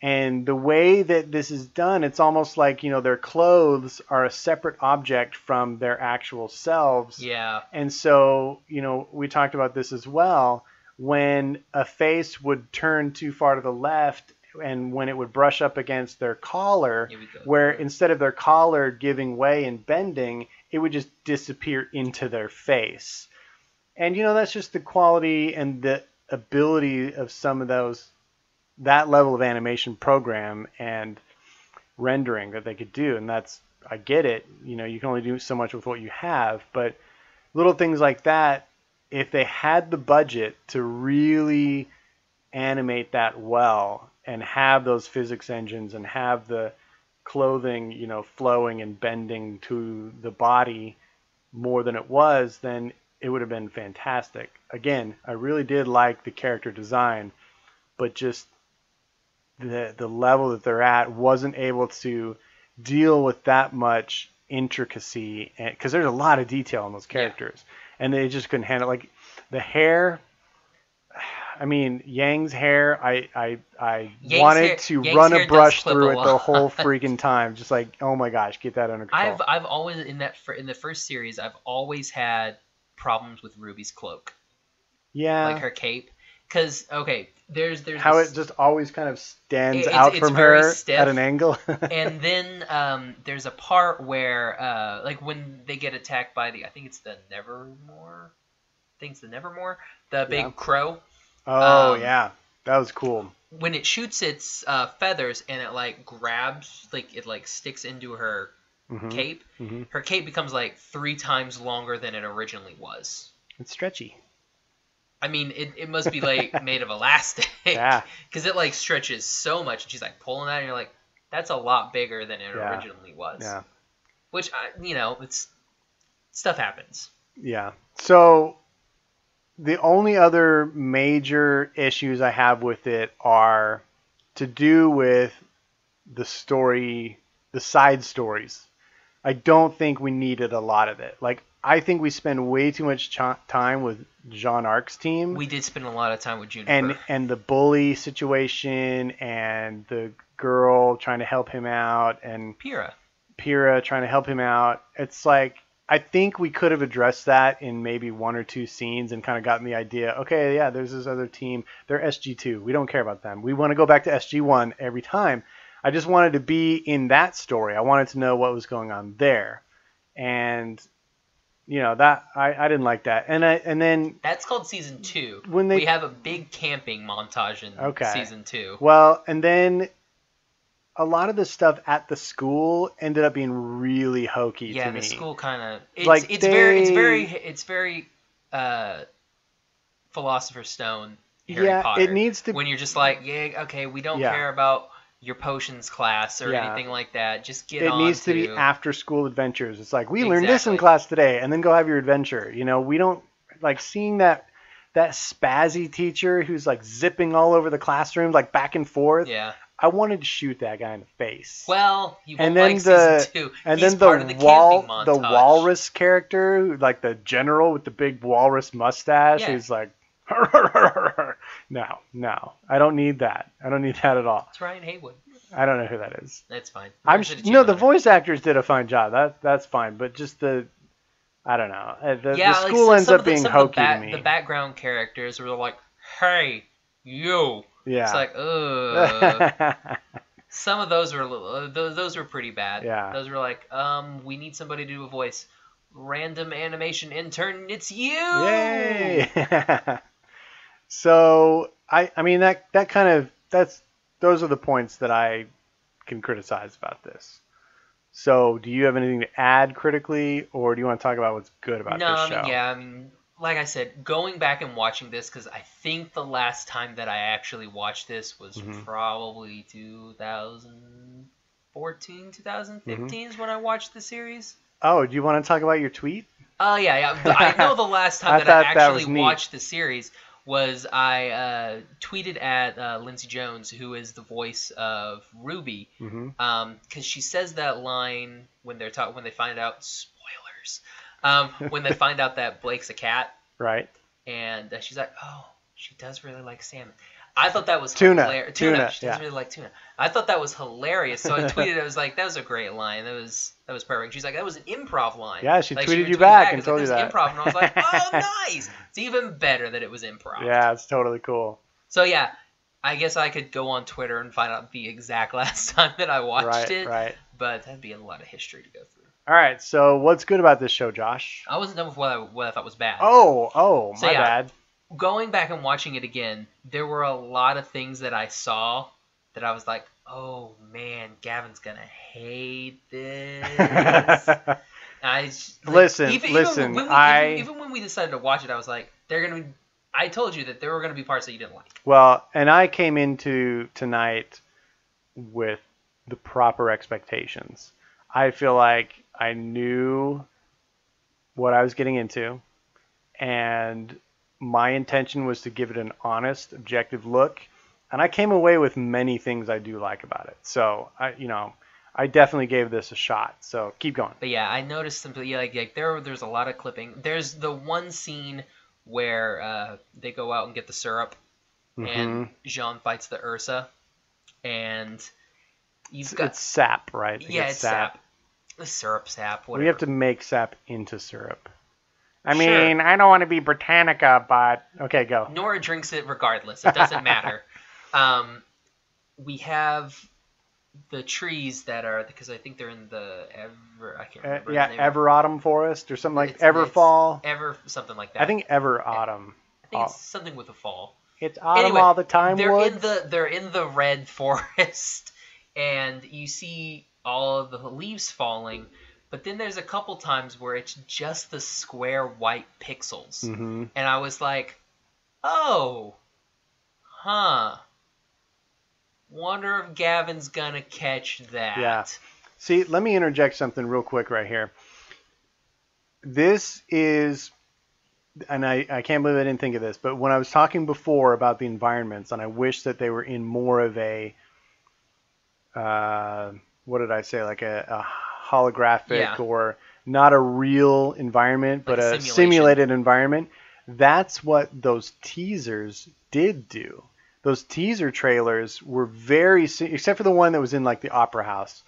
And the way that this is done, it's almost like, you know, their clothes are a separate object from their actual selves.
Yeah.
And so, you know, we talked about this as well. When a face would turn too far to the left and when it would brush up against their collar,
Here we go.
where instead of their collar giving way and bending, it would just disappear into their face. And you know that's just the quality and the ability of some of those that level of animation program and rendering that they could do and that's I get it, you know, you can only do so much with what you have, but little things like that if they had the budget to really animate that well and have those physics engines and have the clothing, you know, flowing and bending to the body more than it was, then it would have been fantastic. Again, I really did like the character design, but just the the level that they're at wasn't able to deal with that much intricacy because there's a lot of detail in those characters, and they just couldn't handle like the hair. I mean, Yang's hair. I I, I
Yang's
wanted
hair-
to
Yang's
run
hair
a
does
brush
clip
through
a
it the
lot. *laughs*
whole freaking time. Just like, oh my gosh, get that under control.
I've I've always in that fir- in the first series I've always had problems with Ruby's cloak,
yeah,
like her cape, because okay, there's there's
how
this-
it just always kind of stands
It's-
out
it's
from
very
her
stiff.
at an angle. *laughs*
and then um, there's a part where uh, like when they get attacked by the I think it's the Nevermore, I think it's the Nevermore, the big
Yeah.
crow.
oh
um,
yeah, that was cool.
When it shoots its uh, feathers and it like grabs, like it like sticks into her
Mhm,
cape,
mhm.
her cape becomes like three times longer than it originally was.
It's stretchy.
I mean, it, it must be
*laughs*
like made of elastic.
Yeah.
Because it like stretches so much, and she's like pulling that, and you're like, that's a lot bigger than it
Yeah.
originally was.
Yeah,
Which I, you know, it's stuff happens.
yeah. So the only other major issues I have with it are to do with the story, the side stories. I don't think we needed a lot of it. Like I think we spend way too much ch- time with Jean Arc's team.
We did spend a lot of time with Juniper.
and and the bully situation and the girl trying to help him out and
Pyrrha.
Pira trying to help him out. It's like I think we could have addressed that in maybe one or two scenes and kind of gotten the idea. Okay, yeah, there's this other team. They're SG2. We don't care about them. We want to go back to SG1 every time. I just wanted to be in that story. I wanted to know what was going on there. And you know, that I, I didn't like that. And I and then
That's called season two.
When they-
we have a big camping montage in
Okay.
season two.
Well, and then a lot of the stuff at the school ended up being really hokey
yeah,
to
the
me.
school kind of it's,
Like,
it's very it's
they-
very it's very uh, philosopher's stone. Harry
yeah,
Potter.
it needs to.
when you're just like, yeah, okay, we don't
Yeah.
care about your potions class or
Yeah.
anything like that. Just get
it
on
needs to be
to-
after school adventures. It's like we learned this in
Exactly.
class today, and then go have your adventure. You know, we don't like seeing that that spazzy teacher who's like zipping all over the classroom, like back and forth.
Yeah.
I wanted to shoot that guy in the face.
Well, you won't
And then
like
the-
season two.
and
He's
then
part of
the,
the
wall,
camping
the
montage.
walrus character, who- like the general with the big walrus mustache,
Yeah.
who's like, *laughs* no, no, I don't need that. I don't need that at all.
It's Ryan Haywood.
I don't know who that is.
That's fine.
I'm
There's a
you know the
cheerleader.
voice actors did a fine job. That that's fine, but just the, I don't know. Uh, The, the
Yeah, like,
school
some-
ends
some
up
of the-
being
some of
hokey
the,
to
back-
me.
The background characters were like, "Hey, you."
yeah.
It's
*laughs*
like, uh, ugh. some of those were a little, uh, those, those were pretty bad.
Yeah.
Those were like, um, we need somebody to do a voice. Random animation intern, it's you.
Yay! *laughs* so I I mean that that kind of that's those are the points that I can criticize about this. So do you have anything to add critically, or do you want to talk about what's good about
no,
this
I
show?
mean, yeah, I mean, like I said, going back and watching this because I think the last time that I actually watched this was
Mhm.
probably 2014, 2015 is when I watched the series.
Oh, do you want to talk about your tweet?
Oh yeah, yeah. But I know the last time
*laughs* I
that I
thought that was
actually
neat.
watched the series was I uh, tweeted at uh, Lindsey Jones, who is the voice of Ruby, um,
Mm-hmm.
because she says that line when they're taught when they find out spoilers years. Um, when they find out that Blake's a cat,
right?
and uh, she's like, "Oh, she does really like salmon." I thought that was
Tuna.
hilar-
Tuna,
She does
yeah.
really like tuna. I thought that was hilarious,
*laughs*
so I tweeted. I was like, "That was a great line. That was that was perfect." She's like, "That was an improv line."
Yeah, she
Like,
tweeted
would
you
tweet
back and
It's
told
like,
you
"That was Improv,
that."
and I was like,
*laughs*
"Oh, nice! It's even better that it was improv."
Yeah, it's totally cool.
So yeah, I guess I could go on Twitter and find out the exact *laughs* last time that I watched
right,
it,
right.
but that'd be a lot of history to go through.
All right. So what's good about this show, Josh?
I wasn't done with what I, what I thought was bad.
Oh, oh,
So,
my
yeah.
bad.
going back and watching it again, there were a lot of things that I saw that I was like, "Oh man, Gavin's gonna hate
*laughs*
this." I just- like,
Listen, listen,
Even when, we,
I-
even, even when we decided to watch it, I was like, "They're gonna." Be, I told you that there were gonna be parts that you didn't like.
well, and I came into tonight with the proper expectations. I feel like I knew what I was getting into, and my intention was to give it an honest, objective look. And I came away with many things I do like about it. So I, you know, I definitely gave this a shot. So keep going.
But yeah, I noticed simply like like there there's a lot of clipping. There's the one scene where uh, they go out and get the syrup,
Mm-hmm.
and Jean fights the Ursa, and you've
It's,
got
it's sap, right? They
Yeah,
get
it's sap. The syrup sap. Whatever.
We have to make sap into syrup. I
Sure.
mean, I don't want to be Britannica, but okay, go.
Nora drinks it regardless. It
*laughs*
doesn't matter. Um, we have the trees that are because I think they're in the ever. I can't
Uh,
remember.
yeah,
the name.
ever autumn forest or something like
It's-
ever
it's
fall.
Ever something like that.
I think ever autumn.
I think it's something with a fall.
It's autumn
Anyway,
all the time.
they're
woods.
in the they're in the red *laughs* forest and you see all of the leaves falling but then there's a couple times where it's just the square white pixels
Mhm.
and i was like oh huh wonder if gavin's gonna catch that
Yeah. See, let me interject something real quick right here. This is, and I, I can't believe I didn't think of this, but when I was talking before about the environments, and I wish that they were in more of a, uh, what did I say, like a, a holographic
Yeah.
or not a real
Like
environment, but
a
a,
simulation.
simulated environment. That's what those teasers did do. Those teaser trailers were very, si- except for the one that was in like the opera house.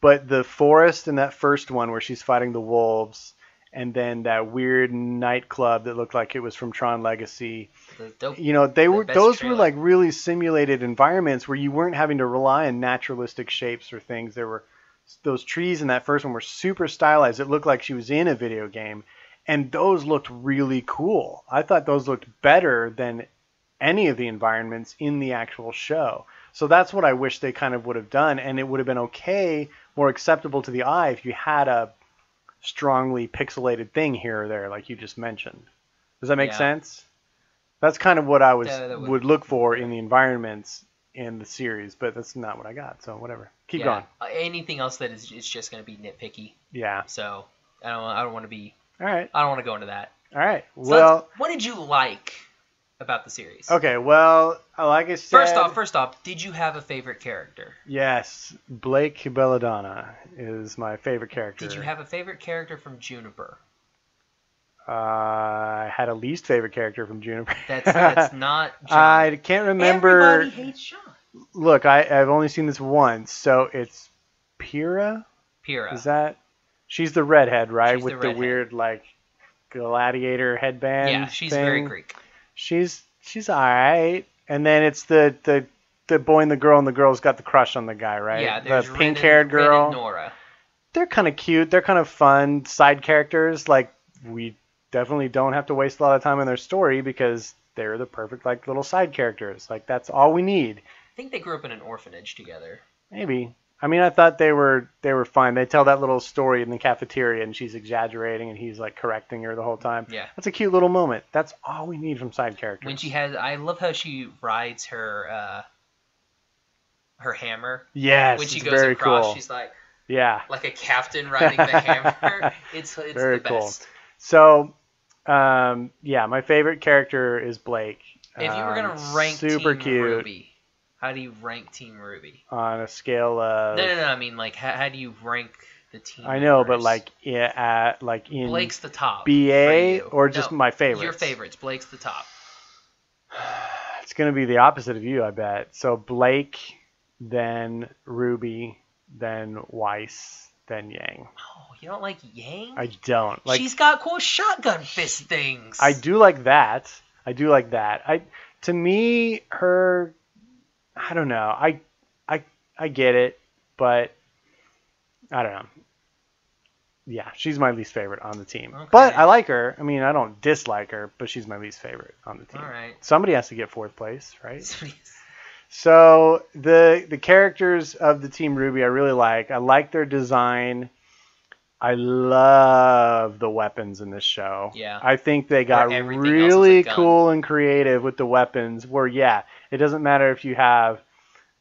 But the forest in that first one where she's fighting the wolves, and then that weird nightclub that looked like it was from Tron Legacy.
The dope-
You know, they
The
were
best
those
trailer.
were like really simulated environments where you weren't having to rely on naturalistic shapes or things. There were those trees in that first one were super stylized. It looked like she was in a video game, and those looked really cool. I thought those looked better than any of the environments in the actual show. So that's what I wish they kind of would have done, and it would have been okay, more acceptable to the eye if you had a strongly pixelated thing here or there, like you just mentioned. Does that make
Yeah.
sense? That's kind of what I was
Yeah, that would-
would, look for in the environments in the series, but that's not what I got. So whatever, keep
yeah.
going.
Uh, anything else that is it's just gonna be nitpicky
Yeah.
so i don't i don't want to be
All right.
i don't want to go into that
All right.
So
well.
that's- what did you like about the series?
Okay, well, like I said,
First off, first off, did you have a favorite character?
yes, Blake Belladonna is my favorite character.
Did you have a favorite character from
*laughs*
Juniper?
Uh, I had a least favorite character from Juniper.
That's
*laughs*
that's not. John.
I can't remember.
Everybody hates Sean.
Look, I, I've only seen this once, so it's Pyrrha.
Pyrrha.
Is that? She's the redhead, right?
She's the
With the,
redhead.
weird like gladiator headband.
yeah, she's very
thing.
Greek.
She's she's all right. And then it's the the the boy and the girl, and the girl's got the crush on the guy, right?
Yeah, there's
the
Ren
pink haired
and- Ren and
girl.
Nora.
they're kind of cute. They're kind of fun side characters. Like we definitely don't have to waste a lot of time on their story because they're the perfect like little side characters. Like that's all we need.
I think they grew up in an orphanage together.
Maybe. I mean, I thought they were they were fine. They tell that little story in the cafeteria, and she's exaggerating, and he's like correcting her the whole time.
Yeah.
that's a cute little moment. That's all we need from side characters.
When she has, I love how she rides her uh, her hammer.
yes,
when she
it's
goes
very
across,
cool.
she's like
yeah,
like a captain riding
*laughs*
the hammer. It's it's
Very
the
cool.
best.
So, um, yeah, my favorite character is Blake.
If you were gonna
Um,
rank
super
Team
cute
Ruby, how do you rank Team Ruby?
on a scale of
No, no, no. I mean, like, how, how do you rank the team.
I know, but
members.
like yeah, uh, like in
Blake's the top. for
BA
you.
or just
No,
my favorites?
Your favorites. Blake's the top.
It's gonna be the opposite of you, I bet. So Blake, then Ruby, then Weiss, then Yang.
Oh, you don't like Yang?
I don't like.
She's got cool shotgun fist things.
I do like that. I do like that. I to me her I don't know. I I I get it, but I don't know. Yeah, she's my least favorite on the team. But
Okay.
I like her. I mean, I don't dislike her, but she's my least favorite on the team.
All right.
Somebody has to get fourth place, right? So the the characters of the Team Ruby I really like. I like their design. I love the weapons in this show.
Yeah.
I think they got
everything else is a
really
gun.
cool and creative with the weapons where yeah, it doesn't matter if you have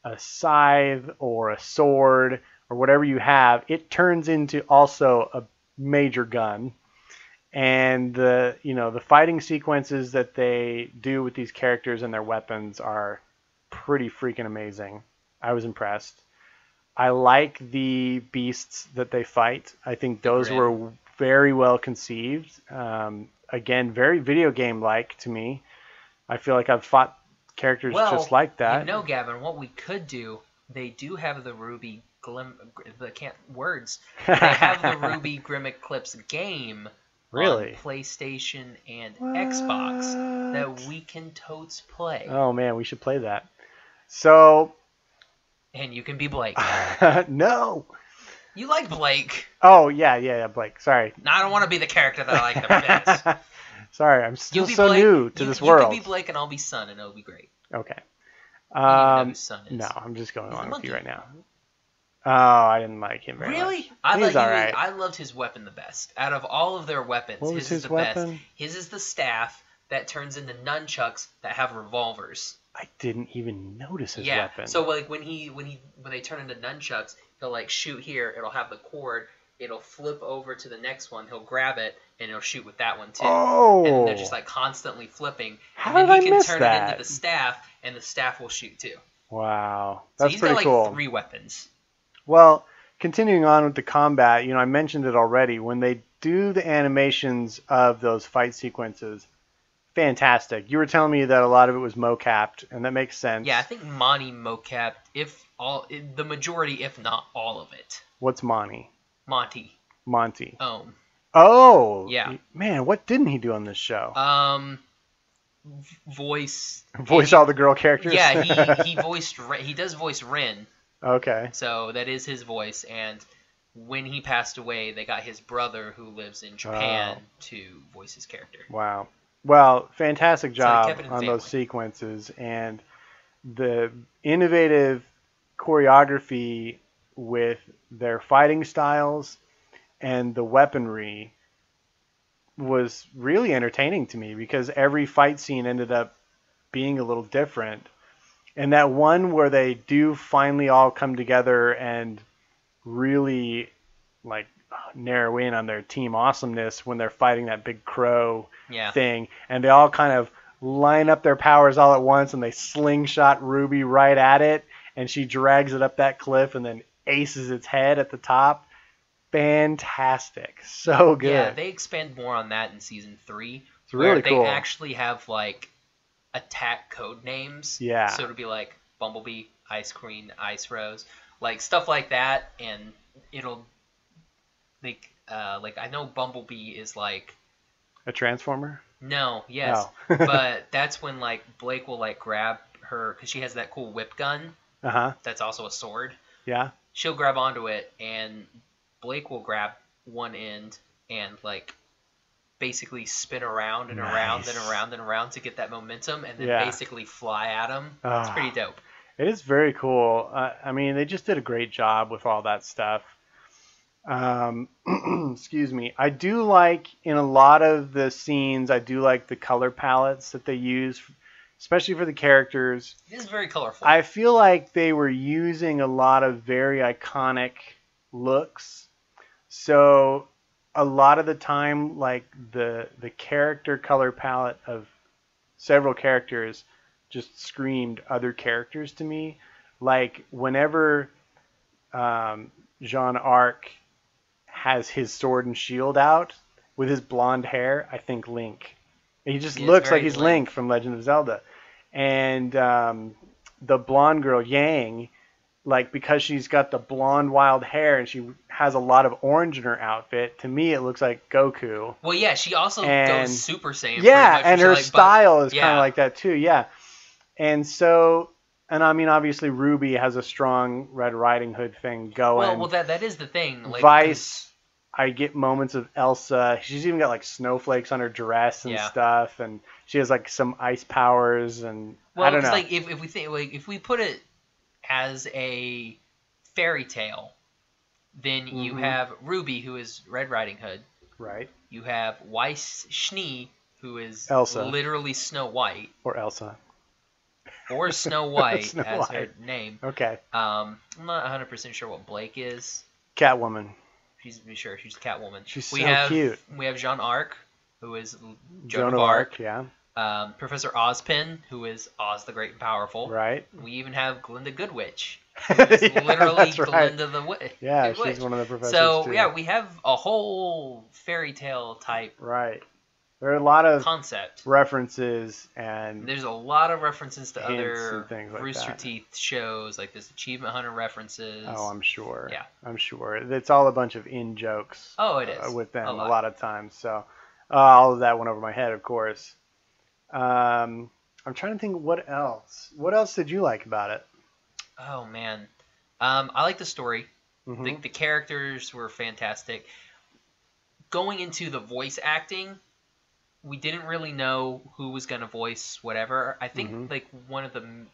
a scythe or a sword or whatever you have, it turns into also a major gun. And the you know the fighting sequences that they do with these characters and their weapons are pretty freaking amazing. I was impressed. I like the beasts that they fight. I think those
Grim.
were very well conceived. Um, again, very video game like to me. I feel like I've fought characters
well,
just like that.
You know, Gavin, what we could do, they do have the Ruby Glim. The can't words.
*laughs*
They have the Ruby Grim Eclipse game.
Really?
On PlayStation and Xbox
What?
that we can totes play,
Oh man, we should play that. So *laughs*
and you can be Blake.
no.
You like Blake.
Oh yeah, yeah, yeah. Blake, sorry,
No, I don't want to be the character that I like the
*laughs*
best.
sorry. I'm
You'll
still
be
so
Blake.
new to
you,
this
you
world.
can be Blake, and I'll be Sun, and it'll be great.
Okay.
You don't even know
Um,
who Sun is.
no, I'm just going
He's a
along with you right
monkey.
now. Oh, I didn't like him very
Really?
much.
I
He's
like
all
he was-
right.
I loved his weapon the best. Out of all of their weapons,
What was
his,
his
is the
weapon?
best. His is the staff that turns into nunchucks that have revolvers.
I didn't even notice his
yeah.
weapon.
So like when he when he when they turn into nunchucks, he'll like shoot here, it'll have the cord, it'll flip over to the next one, he'll grab it, and it'll shoot with that one too.
oh,
And they're just like constantly flipping.
How
and then
did
he
I
can
miss
turn it
that?
into the staff and the staff will shoot too.
wow,
So
that's
he's
pretty
got like
cool.
three weapons.
Well, continuing on with the combat, you know, I mentioned it already. When they do the animations of those fight sequences, fantastic. You were telling me that a lot of it was mocapped, and that makes sense.
Yeah, I think Monty mocap, if all, if the majority, if not all of it.
What's Monty?
Monty.
Monty.
Um.
Oh,
Yeah.
Man, what didn't he do on this show?
Um. v- Voice.
*laughs* Voice all the girl characters.
Yeah, he he voiced Ren, he does voice Ren,
*laughs* okay.
so that is his voice. And when he passed away, they got his brother who lives in Japan
Wow.
to voice his character.
Wow. Well, fantastic
So they
job
kept it in
on those
family.
sequences and the innovative choreography with their fighting styles and the weaponry was really entertaining to me because every fight scene ended up being a little different. And that one where they do finally all come together and really like narrow in on their team awesomeness when they're fighting that big crow
Yeah.
thing, and they all kind of line up their powers all at once, and they slingshot Ruby right at it, and she drags it up that cliff, and then aces its head at the top. Fantastic, *laughs* so good.
Yeah, they expand more on that in season three.
It's really
where they
cool.
actually have like attack code names.
Yeah.
So it'll be like Bumblebee, Ice Queen, Ice Rose, like stuff like that, and it'll like uh, like I know Bumblebee is like
A transformer.
no, yes,
*laughs* Oh.
but that's when like Blake will like grab her because she has that cool whip gun
Uh huh.
that's also a sword.
Yeah.
She'll grab onto it, and Blake will grab one end and like basically spin around and around and
Nice.
around and around to get that momentum, and then
Yeah.
basically fly at him. it's
Ah.
pretty dope.
It is very cool. Uh, I mean, they just did a great job with all that stuff. Um, *clears throat* excuse me. I do like in a lot of the scenes. I do like the color palettes that they use, especially for the characters.
It is very colorful.
I feel like they were using a lot of very iconic looks. So a lot of the time like the the character color palette of several characters just screamed other characters to me. Like whenever um, Jean Arc has his sword and shield out with his blonde hair, I think Link. He just
He is
looks like
very
he's Link.
Link.
from Legend of Zelda. And um, the blonde girl Yang, like because she's got the blonde wild hair and she has a lot of orange in her outfit, to me it looks like Goku.
Well, yeah, she also
And-
goes Super Saiyan. pretty
yeah,
much,
and
which I
her
like, but-
style is kind
yeah.
of like that too. Yeah, and so. And I mean, obviously, Ruby has a strong Red Riding Hood thing going.
Well, well, that that is the thing. Like,
Vice. I get moments of Elsa. She's even got like snowflakes on her dress and
Yeah.
stuff, and she has like some ice powers and
Well,
I don't
'cause,
know.
like if, if we think like if we put it as a fairy tale, then you
Mhm.
have Ruby, who is Red Riding Hood.
right
You have Weiss Schnee, who is
Elsa.
literally Snow White
or Elsa. *laughs*
or Snow White
Snow
as her
White.
name.
Okay,
Um, I'm not 100 percent sure what Blake is.
Catwoman.
She's sure she's Catwoman.
She's
we
so
have,
cute.
We have Jean Arc, who is
Joan of Arc. Yeah.
um, Professor Ozpin, who is Oz the Great and Powerful.
Right.
We even have Glinda
*laughs*
Goodwitch,
yeah,
It's literally
that's right.
Glinda the Witch.
Yeah, she's one of the professors
So
too.
yeah, we have a whole fairy tale type
right. There are a lot of
concept.
references and
There's a lot of references to
Hints
other
and things like
Rooster
that.
Teeth shows, like this Achievement Hunter references.
oh, I'm sure.
Yeah.
I'm sure it's all a bunch of in jokes.
Oh, it is.
uh, with them
A
a
lot.
lot. of times. So uh, all of that went over my head, of course. Um, I'm trying to think what else. What else did you like about it?
Oh, man, um, I like the story.
Mhm.
The, the characters were fantastic. Going into the voice acting, we didn't really know who was going to voice whatever. I think
Mhm.
like one of the m-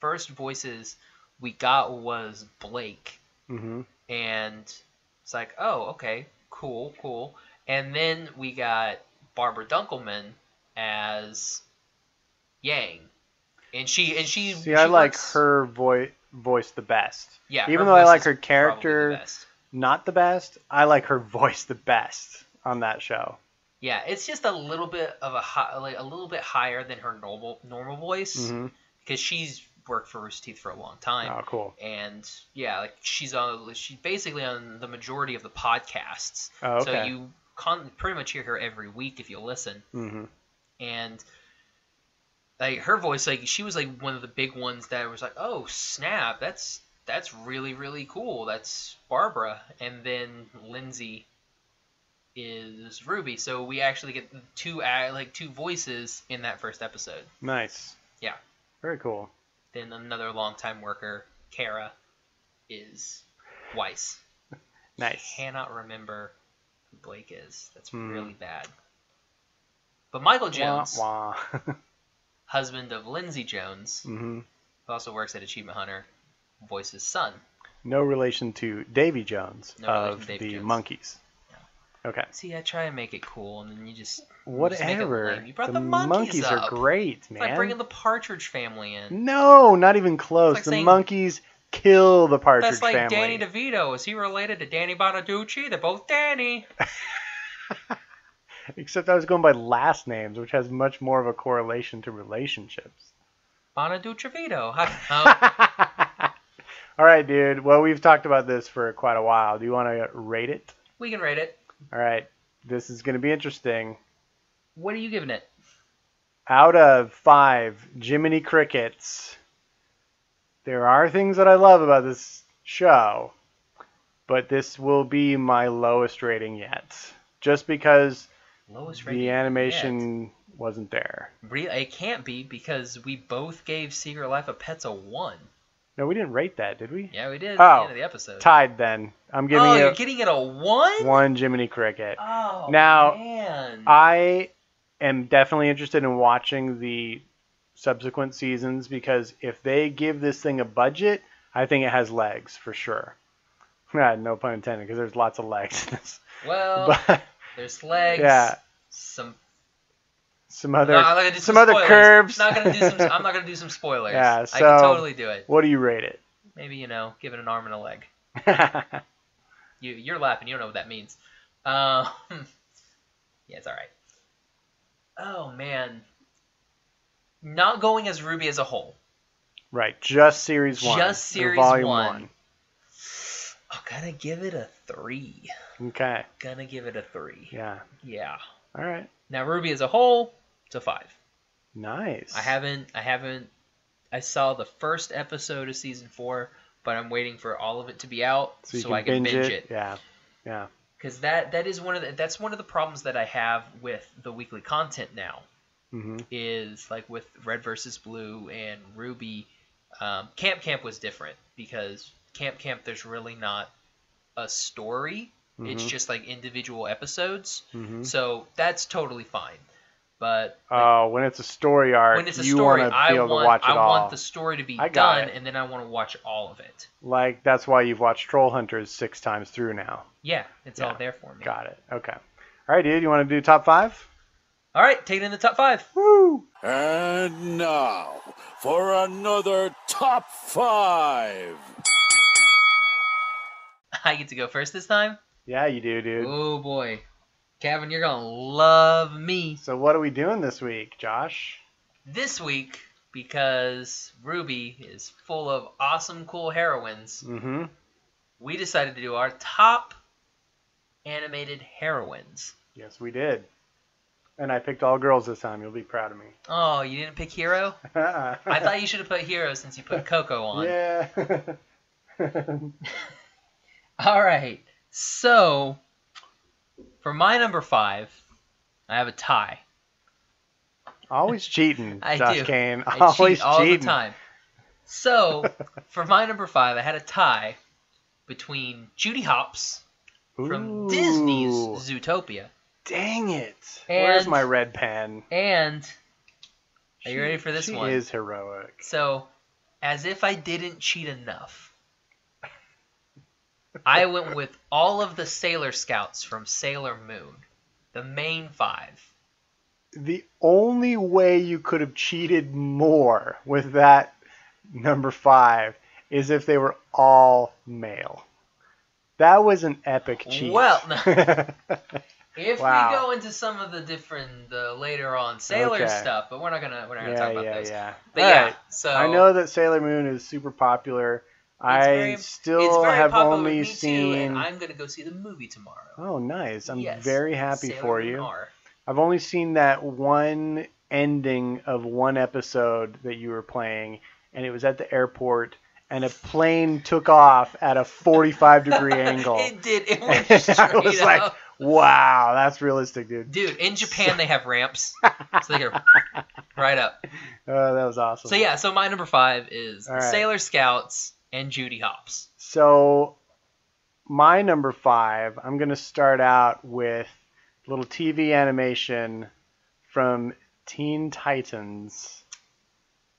first voices we got was Blake,
Mhm.
and it's like, oh, okay, cool, cool. And then we got Barbara Dunkelman as Yang, and she and she.
See, I
she
like
works-
her voice voice the best.
Yeah,
Even though I
voice
like
is
her
probably the
character-
best.
Not the best. I like her *laughs* voice the best on that show.
Yeah, it's just a little bit of a hi- like a little bit higher than her normal normal voice because
Mhm.
she's worked for Rooster Teeth for a long time,
Oh, cool.
and yeah, like she's on she's basically on the majority of the podcasts,
Oh, okay.
so you con- pretty much hear her every week if you listen,
Mhm.
and like her voice, like she was like one of the big ones that was like, oh snap, that's that's really really cool, that's Barbara, and then Lindsay is Ruby, so we actually get two a- like two voices in that first episode.
Nice.
Yeah.
Very cool.
Then another longtime worker, Kara, is Weiss.
Nice.
Cannot remember who Blake is. That's
Hmm.
really bad. But Michael
Wah,
Jones,
wah. *laughs*
husband of Lindsay Jones,
Mhm.
who also works at Achievement Hunter, voices son.
No relation to Davy Jones
No relation
of
to Davy
the
Jones.
Monkeys. Okay.
See, I try and make it cool, and then you just you just make it
Whatever.
lame. You brought the, monkeys,
are
up.
great,
It's
man.
like bringing the Partridge Family in.
No, not even close.
It's like
the
saying-
monkeys kill the Partridge
That's like
family.
Danny DeVito. Is he related to Danny Bonaducci? They're both Danny.
Except I was going by last names, which has much more of a correlation to relationships.
*laughs* Bonaducci I
*laughs* All right, dude. Well, we've talked about this for quite a while. Do you want to rate it?
we can rate it.
All right. This is going to be interesting.
What are you giving it?
Out of five Jiminy Crickets, there are things that I love about this show, but this will be my lowest rating yet. Just because
Lowest rating.
the animation wasn't there.
Really, it can't be because we both gave Secret Life of Pets a one.
No, we didn't rate that, did we?
Yeah, we did. at
Oh.
the end of the episode.
Tied then. I'm giving
oh,
you
you're getting it a one.
one Jiminy Cricket.
Oh
Now,
man.
I am definitely interested in watching the subsequent seasons because if they give this thing a budget, I think it has legs for sure. *laughs* Ah, no pun intended, because there's lots of legs. in this.
well,
*laughs* but
there's legs.
yeah,
Some.
some other
No, I'm not gonna do
some,
some
other
spoilers.
curves.
Not gonna do
*laughs*
some. I'm not gonna do some spoilers.
Yeah,
I can
so-
totally do it.
what do you rate it?
Maybe you know, give it an arm and a leg.
All
You you're laughing. You don't know what that means. Um, *laughs* yeah, it's all right. Oh man. Not going as Ruby as a whole.
*laughs* right, just series one,
Just
or
series
volume
one.
one.
I'm gonna give it a three.
Okay.
Gonna give it a three.
Yeah.
Yeah.
All right.
Now Ruby as a whole, it's a five.
Nice.
I haven't. I haven't. I saw the first episode of season four, but I'm waiting for all of it to be out so, I can binge, it.
Yeah. Yeah.
Because that that is one of the, that's one of the problems that I have with the weekly content now
hmm
is like with Red versus Blue and Ruby. Um, Camp Camp was different because Camp Camp there's really not a story. It's
Mhm.
just like individual episodes.
hmm
So that's totally fine. But
Oh, when it's a story arc,
when it's a
you
story,
want to
I
be able
want
to watch it
I
all.
want the story to be
I got
done,
it.
and then I want to watch all of it.
Like that's why you've watched Troll Hunters six times through now.
Yeah, it's all
Yeah.
there for me.
Got it. Okay. All right, dude. You want to do top five?
All right, take it in the top five. *laughs*
Woo!
And now for another top five.
I get to go first this time.
Yeah, you do, dude.
Oh boy, Kevin, you're gonna love me
So what are we doing this week, Josh?
this week because Ruby is full of awesome, cool heroines.
Mm-hmm.
We decided to do our top animated heroines.
Yes, we did. And I picked all girls this time. You'll be proud of me.
Oh, you didn't pick Hero?
I
*laughs*
*laughs*
I thought you should have put Hero since you put Coco on.
Yeah.
All right. So, for my number five, I have a tie.
*laughs* Always cheating,
I
Josh
do.
Kane.
I
Always
cheat all
cheating.
the time.
*laughs*
So, for my number five, I had a tie between Judy Hopps from
Ooh.
Disney's Zootopia
Dang it! Where's
And-
my red pen?
and Are you ready for this
she
one?
She is heroic.
So, as if I didn't cheat enough, I went with all of the Sailor Scouts from Sailor Moon, the main five.
The only way you could have cheated more with that number five is if they were all male. That was an epic *laughs* cheat.
Well, If
Wow.
we go into some of the different the later on Sailor
Okay.
stuff, but we're not gonna we're not gonna
yeah,
talk about
yeah,
those.
yeah.
But
All
yeah,
right.
so
I know that Sailor Moon is super popular. I
very- it's
still
very
have
popular
only
with me too,
seen.
and I'm gonna go see the movie tomorrow.
oh, nice! I'm
Yes,
very happy
Sailor
for
Moon
you.
R. *laughs*
I've only seen that one ending of one episode that you were playing, and it was at the airport, and a plane took off at a
*laughs*
45 degree angle. *laughs*
It did. It went straight
I was
up.
like, wow, that's realistic, dude.
dude. In Japan, they have
*laughs*
ramps, so they go right up.
Oh, that was awesome.
So yeah, so my number five is the
All right.
Sailor Scouts and Judy Hopps.
So, my number five, I'm going to start out with a little TV animation from Teen Titans.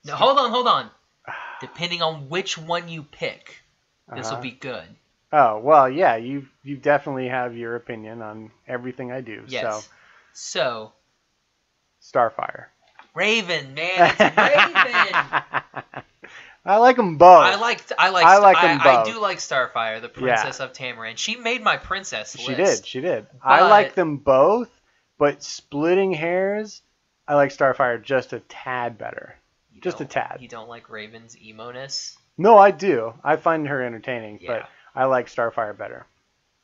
Now hold on, hold
*sighs*
on. Depending on which one you pick, this will
Uh-huh.
be good.
Oh well, yeah, you you definitely have your opinion on everything I do.
Yes.
So
So
Starfire.
Raven,
*laughs*
man, it's Raven.
I like them both.
I like I like
I
Star-
like
I,
'em
I
both.
do like Starfire, the princess of Tamaran. She made my princess
she
list.
did. She did. I
But-
like them both, but splitting hairs, I like Starfire just a tad better.
You
Just a
don't-
tad.
You don't like Raven's emo-ness?
No, I do. I find her entertaining,
Yeah.
but I like Starfire better.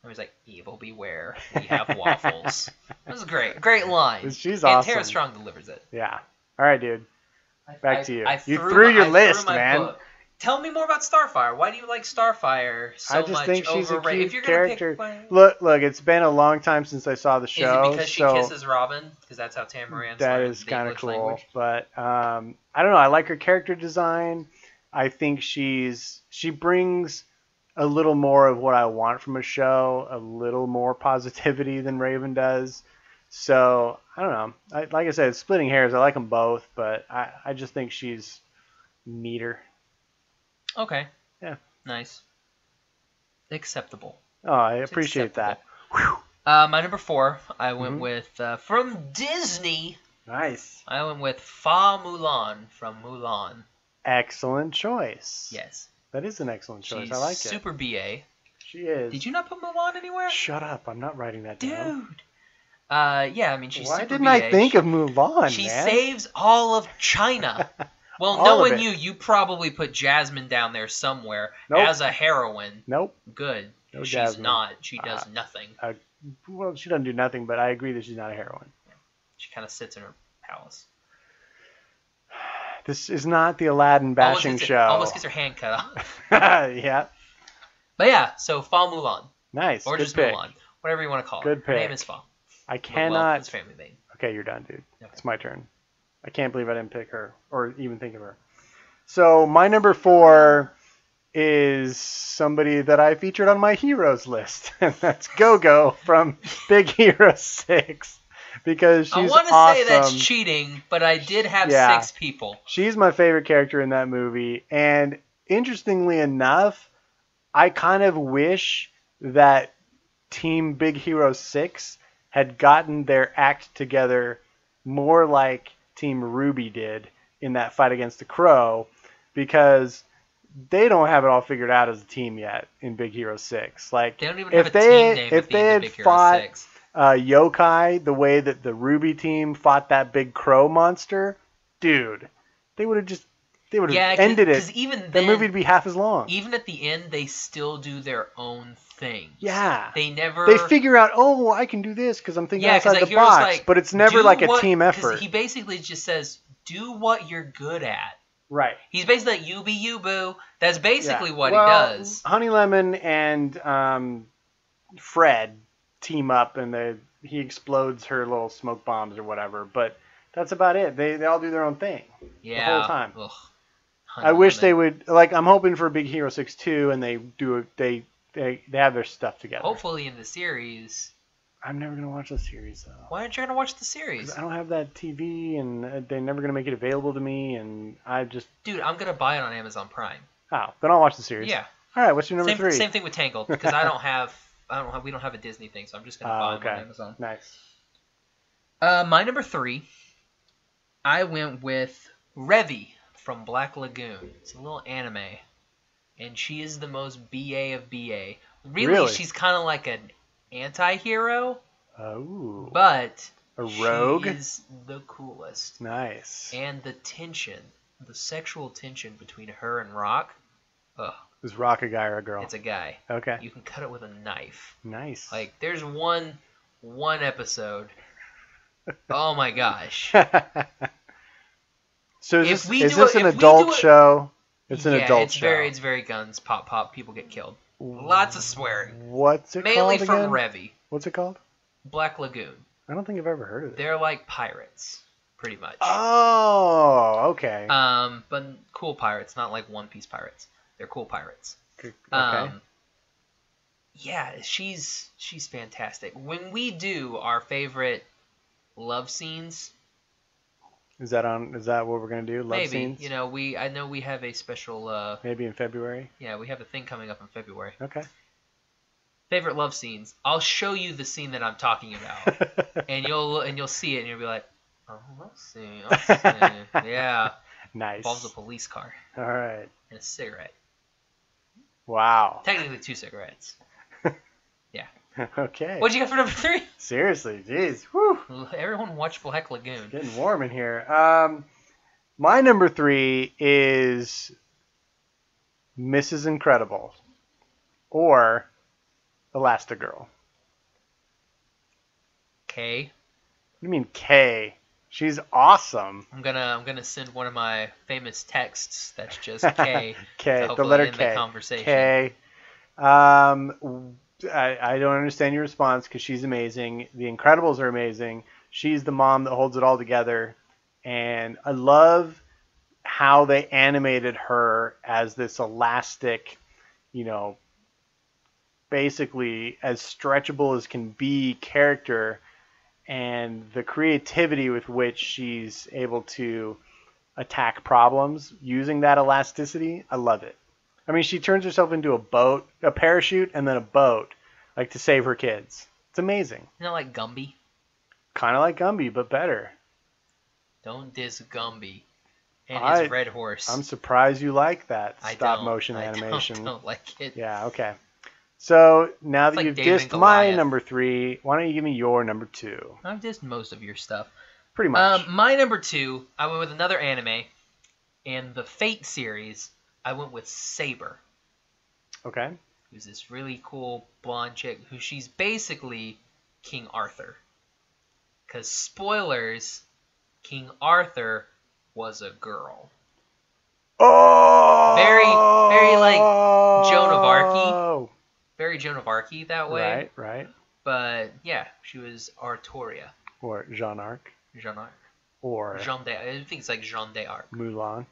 I was like, "Evil beware, we have waffles." It was great, great line.
She's
and
awesome.
Tara Strong delivers it.
Yeah. All right, dude. Back
I-
to you.
I
You threw
my-
your
I
list,
my
man.
book. Tell me more about Starfire. Why do you like Starfire so
I just
much
think she's
over
a
Ra-
cute
If you're gonna
character.
pick one,
Look, look. It's been a long time since I saw the
is
show.
it because she
so...
kisses Robin? Because that's how Tamaran's
That
learned
is
the
kind of
English
cool,
language.
but um, I don't know. I like her character design. I think she's she brings a little more of what I want from a show, a little more *laughs* positivity than Raven does. So I don't know. I, like I said, splitting hairs. I like them both, but I, I just think she's neater.
Okay.
Yeah.
Nice. Acceptable.
Oh, I
It's
appreciate that.
acceptable. Uh, my number four, I went
Mhm.
with uh, from Disney.
Nice.
I went with Fa Mulan from Mulan.
Excellent choice.
Yes,
That is an excellent choice.
she's
I like it.
super BA.
She is.
Did you not put Mulan anywhere,
Shut up! I'm not writing that
dude?
down.
Uh, yeah, I mean she's
Why
super
didn't
BA.
I think
she,
of Mulan,
She
man?
saves all of
*laughs*
China. Well,
All of
knowing
it.
you, you probably put Jasmine down there somewhere
Nope.
as a heroine.
nope.
Good.
No
She's
Jasmine. Uh,
not. She does nothing.
Well, she doesn't do nothing, but I agree that she's not a heroine.
She kind of sits in her palace.
This is not the Aladdin
Almost
bashing
gets her-
show.
almost
*laughs*
gets her hand cut off. *laughs*
yeah,
But yeah, so Fa Mulan
nice.
or
Good
just
pick.
Mulan, whatever you want to call
Good
it. Her name
pick.
is Fa.
I
But,
cannot.
Well, it's family name.
Okay, you're done, dude.
Okay.
It's my turn. I can't believe I didn't pick her or even think of her. So my number four is somebody that I featured on my heroes list, *laughs* and that's Go-Go
*laughs*
from Big Hero Six, because she's
I want to
awesome.
say that's cheating, but I did have
Yeah.
six people.
She's my favorite character in that movie. And interestingly enough, I kind of wish that Team Big Hero 6 had gotten their act together more like Team Ruby did in that fight against the Crow because they don't have it all figured out as a team yet in Big Hero 6. Like
They don't even have
if
a
they
team name
if
at the
they
end
had
of Big Hero
fought
6.
uh, yokai the way that the ruby team fought that big crow monster dude they would have just they would have
Yeah,
ended
because
it
even
the
then,
movie would be half as long
even at the end, they still do their own thing.
yeah they,
They never.
figure out oh i can do this because i'm thinking
yeah, 'cause,
outside
like,
the
Hero's
box
like,
but it's never
"Do
like a
what-"
team
'cause
effort
He basically just says, "Do what you're good at."
right
He's basically like, "You be you, boo." That's basically
Yeah.
what
Well,
he does.
honey lemon and um, fred team up and they he explodes her little smoke bombs or whatever but that's about it they, they all do their own thing
Yeah.
time.
Ugh.
I wish they
Honey lemon.
would like. I'm hoping for Big Hero Six two, and they do it. They they they have their stuff together.
Hopefully, in the series.
I'm never gonna watch the series though.
Why aren't you gonna watch the
'Cause
series,
I don't have that TV, and uh, they're never gonna make it available to me. And I just
dude? I'm gonna buy it on Amazon Prime.
oh, then I'll watch the series.
Yeah.
All right. What's your number
same,
three?
same thing with Tangled because I
*laughs*
don't have. I don't have, we don't have a Disney thing, so I'm just gonna
Oh,
buy 'em
okay.
on Amazon.
Nice.
Uh, my number three, I went with Revy from Black Lagoon. It's a little anime, and she is the most BA of BA. Really,
Really?
she's kind of like an anti-hero,
Oh,
but
a rogue.
She is the coolest,
Nice.
and the tension, the sexual tension between her and Rock. Ugh,
Is Rock a guy or a girl?
it's a guy.
okay.
You can cut it with a knife.
nice.
Like there's one one episode. Oh my gosh.
*laughs* so is
if
this,
we
is
do
this
it-
an
if we
adult
do it-
show? It's an
yeah,
adult
it's
show.
very it's very guns pop pop people get killed. Lots of swearing.
What's it
Mainly
called
from
again?
Revy,
What's it called?
Black Lagoon.
I don't think I've ever heard of it.
They're like pirates, pretty much.
Oh, okay.
Um, but cool pirates, not like One Piece pirates. They're cool pirates.
G- okay.
Um, yeah, she's she's fantastic. When we do our favorite love scenes,
is that on? Is that what we're gonna do? Love
maybe
scenes?
you know we I know we have a special uh
Maybe in February.
yeah we have a thing coming up in February.
Okay. *laughs*
Favorite love scenes. I'll show you the scene that I'm talking
*laughs*
about. and you'll and you'll see it and you'll be like, oh, let's see,
*laughs*
let's see. yeah,
nice.
involves a police car
All right.
and a cigarette.
Wow. *laughs*
Technically, two cigarettes.
okay.
What'd you got for number three? *laughs*
Seriously, jeez. Whew.
Everyone watch Black Lagoon.
Getting warm in here. Um, my number three is Mrs. Incredible, or Elastigirl.
Okay,
You mean K? She's awesome.
I'm gonna I'm gonna send one of my famous texts. That's
*laughs*
just K.
K, the
hopefully
letter
end the
K.
conversation.
K. Um, w- I, I don't understand your response because she's amazing. The Incredibles are amazing. She's the mom that holds it all together, and I love how they animated her as this elastic, you know, basically as stretchable as can be character, and the creativity with which she's able to attack problems using that elasticity. I love it. I mean, she turns herself into a boat, a parachute, and then a boat, like to save her kids. It's amazing.
Isn't that like Gumby?
Kind of like Gumby, but better.
Don't diss Gumby and
I-
his red horse.
I'm surprised you like that
I
stop
don't-
motion
I *laughs* don't-
animation.
Don't, like it.
Yeah, okay. So now that
like
you've
David and
dissed my
Goliath.
number three, why don't you give me your number two?
I've dissed most of your stuff.
Pretty much.
Um, my number two, I went with another anime, and the Fate series. I went with Saber.
okay.
who's this really cool blonde chick who she's basically King Arthur. Because, spoilers, King Arthur was a girl.
Oh,
Very- very, like, Joan of Arc-y. Very Joan of Arc that way.
Oh! Right, right.
But yeah, she was Artoria.
Or Jean Arc,
Jean Arc.
or
Jean de I think it's like Jean de Arc.
Mulan.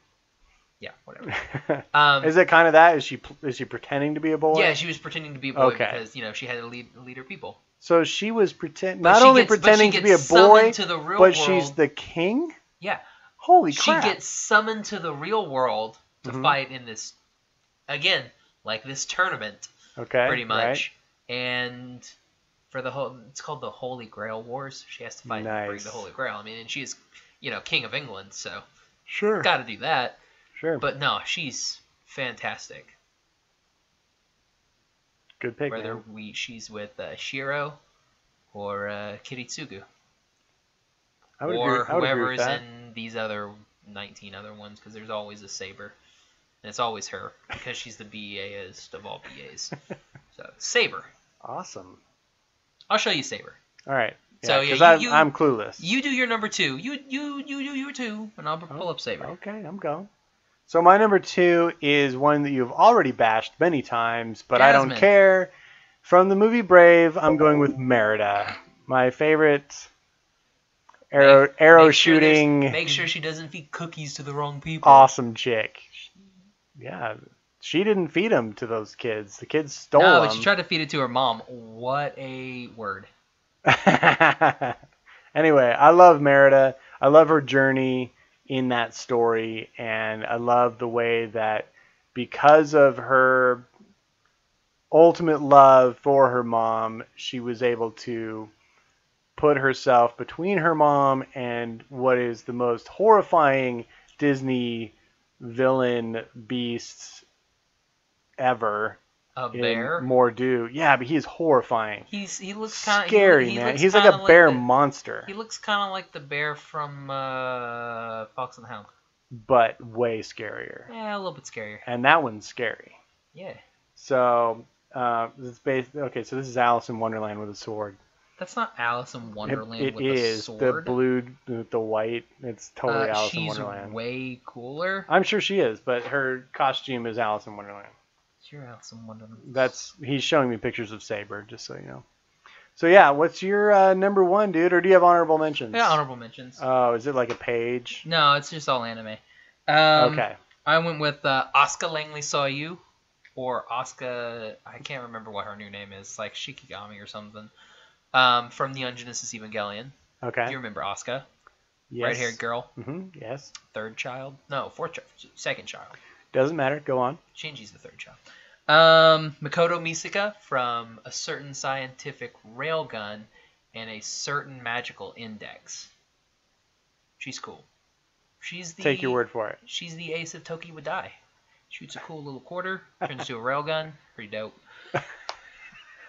Yeah,
*laughs*
whatever. Um,
is it kind of that? Is she pl- is she pretending to be a boy?
yeah, she was pretending to be a boy
Okay.
because, you know, she had to lead, lead her people.
So she was pretend
But
not
she
only
gets- but she
pretending to be a
gets
boy,
summoned to the real
but she's
world.
the king.
Yeah.
Holy
she
crap!
gets summoned to the real world to
Mhm.
fight in this again like this tournament
okay,
pretty
right.
much and for the whole it's called the holy grail wars she has to fight and bring
Nice.
the holy grail i mean and she's you know king of england so
Sure,
gotta do that
sure.
but no she's fantastic
Good pick.
whether
man.
we she's with uh, shiro or uh, kiritsugu
I would
or
agree. I would agree
whoever's
with that.
in these other 19 other ones because there's always a saber and it's always her because she's the BAist of all
*laughs*
BAs. so saber,
Awesome.
I'll show you saber.
All right.
So, yeah,
because
you-
I'm,
you-
I'm clueless.
You do your number two. You you you do your two, and I'll pull up saber.
Oh, Okay, I'm going. So my number two is one that you've already bashed many times, but I don't
Jasmine.
care. From the movie Brave, I'm going with Merida, my favorite arrow
Make-
arrow
make sure there's-
shooting
make sure she doesn't feed cookies to the wrong people.
awesome chick. Yeah, she didn't feed them to those kids. The kids stole
no,
them.
but she tried to feed it to her mom. What a word.
*laughs* anyway, I love Merida. I love her journey in that story, and I love the way that because of her ultimate love for her mom, she was able to put herself between her mom and what is the most horrifying Disney villain beast ever
A
in
bear.
Mordu. Yeah, but he is horrifying
He's he looks kind of
scary,
he,
man.
looks
He's like
kinda
a bear
the-
monster,
He looks kind of like the bear from uh, Fox and the Hound.
but way scarier.
Yeah, a little bit scarier.
And that one's scary.
Yeah,
So uh, it's based. Okay, so this is Alice in Wonderland with a sword.
that's not Alice in
It,
Wonderland
it
with a
is the
sword.
blue, with the white. It's totally
Uh,
Alice in
she's
Wonderland.
way cooler.
I'm sure she is, but her costume is Alice in Wonderland.
Sure, Alice in Wonderland.
That's he's showing me pictures of Saber, just so you know. So yeah, what's your uh, number one, dude? Or do you have honorable mentions?
yeah, honorable mentions.
Oh, is it like a page?
no, it's just all anime. Um,
okay.
I went with uh, Oscar Langley Saw You, or Oscar. I can't remember what her new name is, like Shikigami or something, um, from the Ungenesis Evangelion.
Okay.
Do you remember Oscar?
yes.
Red-haired girl,
hmm Yes.
third child. No, fourth child, second child.
Doesn't matter. Go on.
Shinji's the third child. Um, Makoto Misaka from a certain scientific railgun and a certain magical index. She's cool. She's the
Take your word for it.
She's the ace of Toki would die. Shoots a cool little quarter, turns
*laughs*
into a railgun. Pretty dope.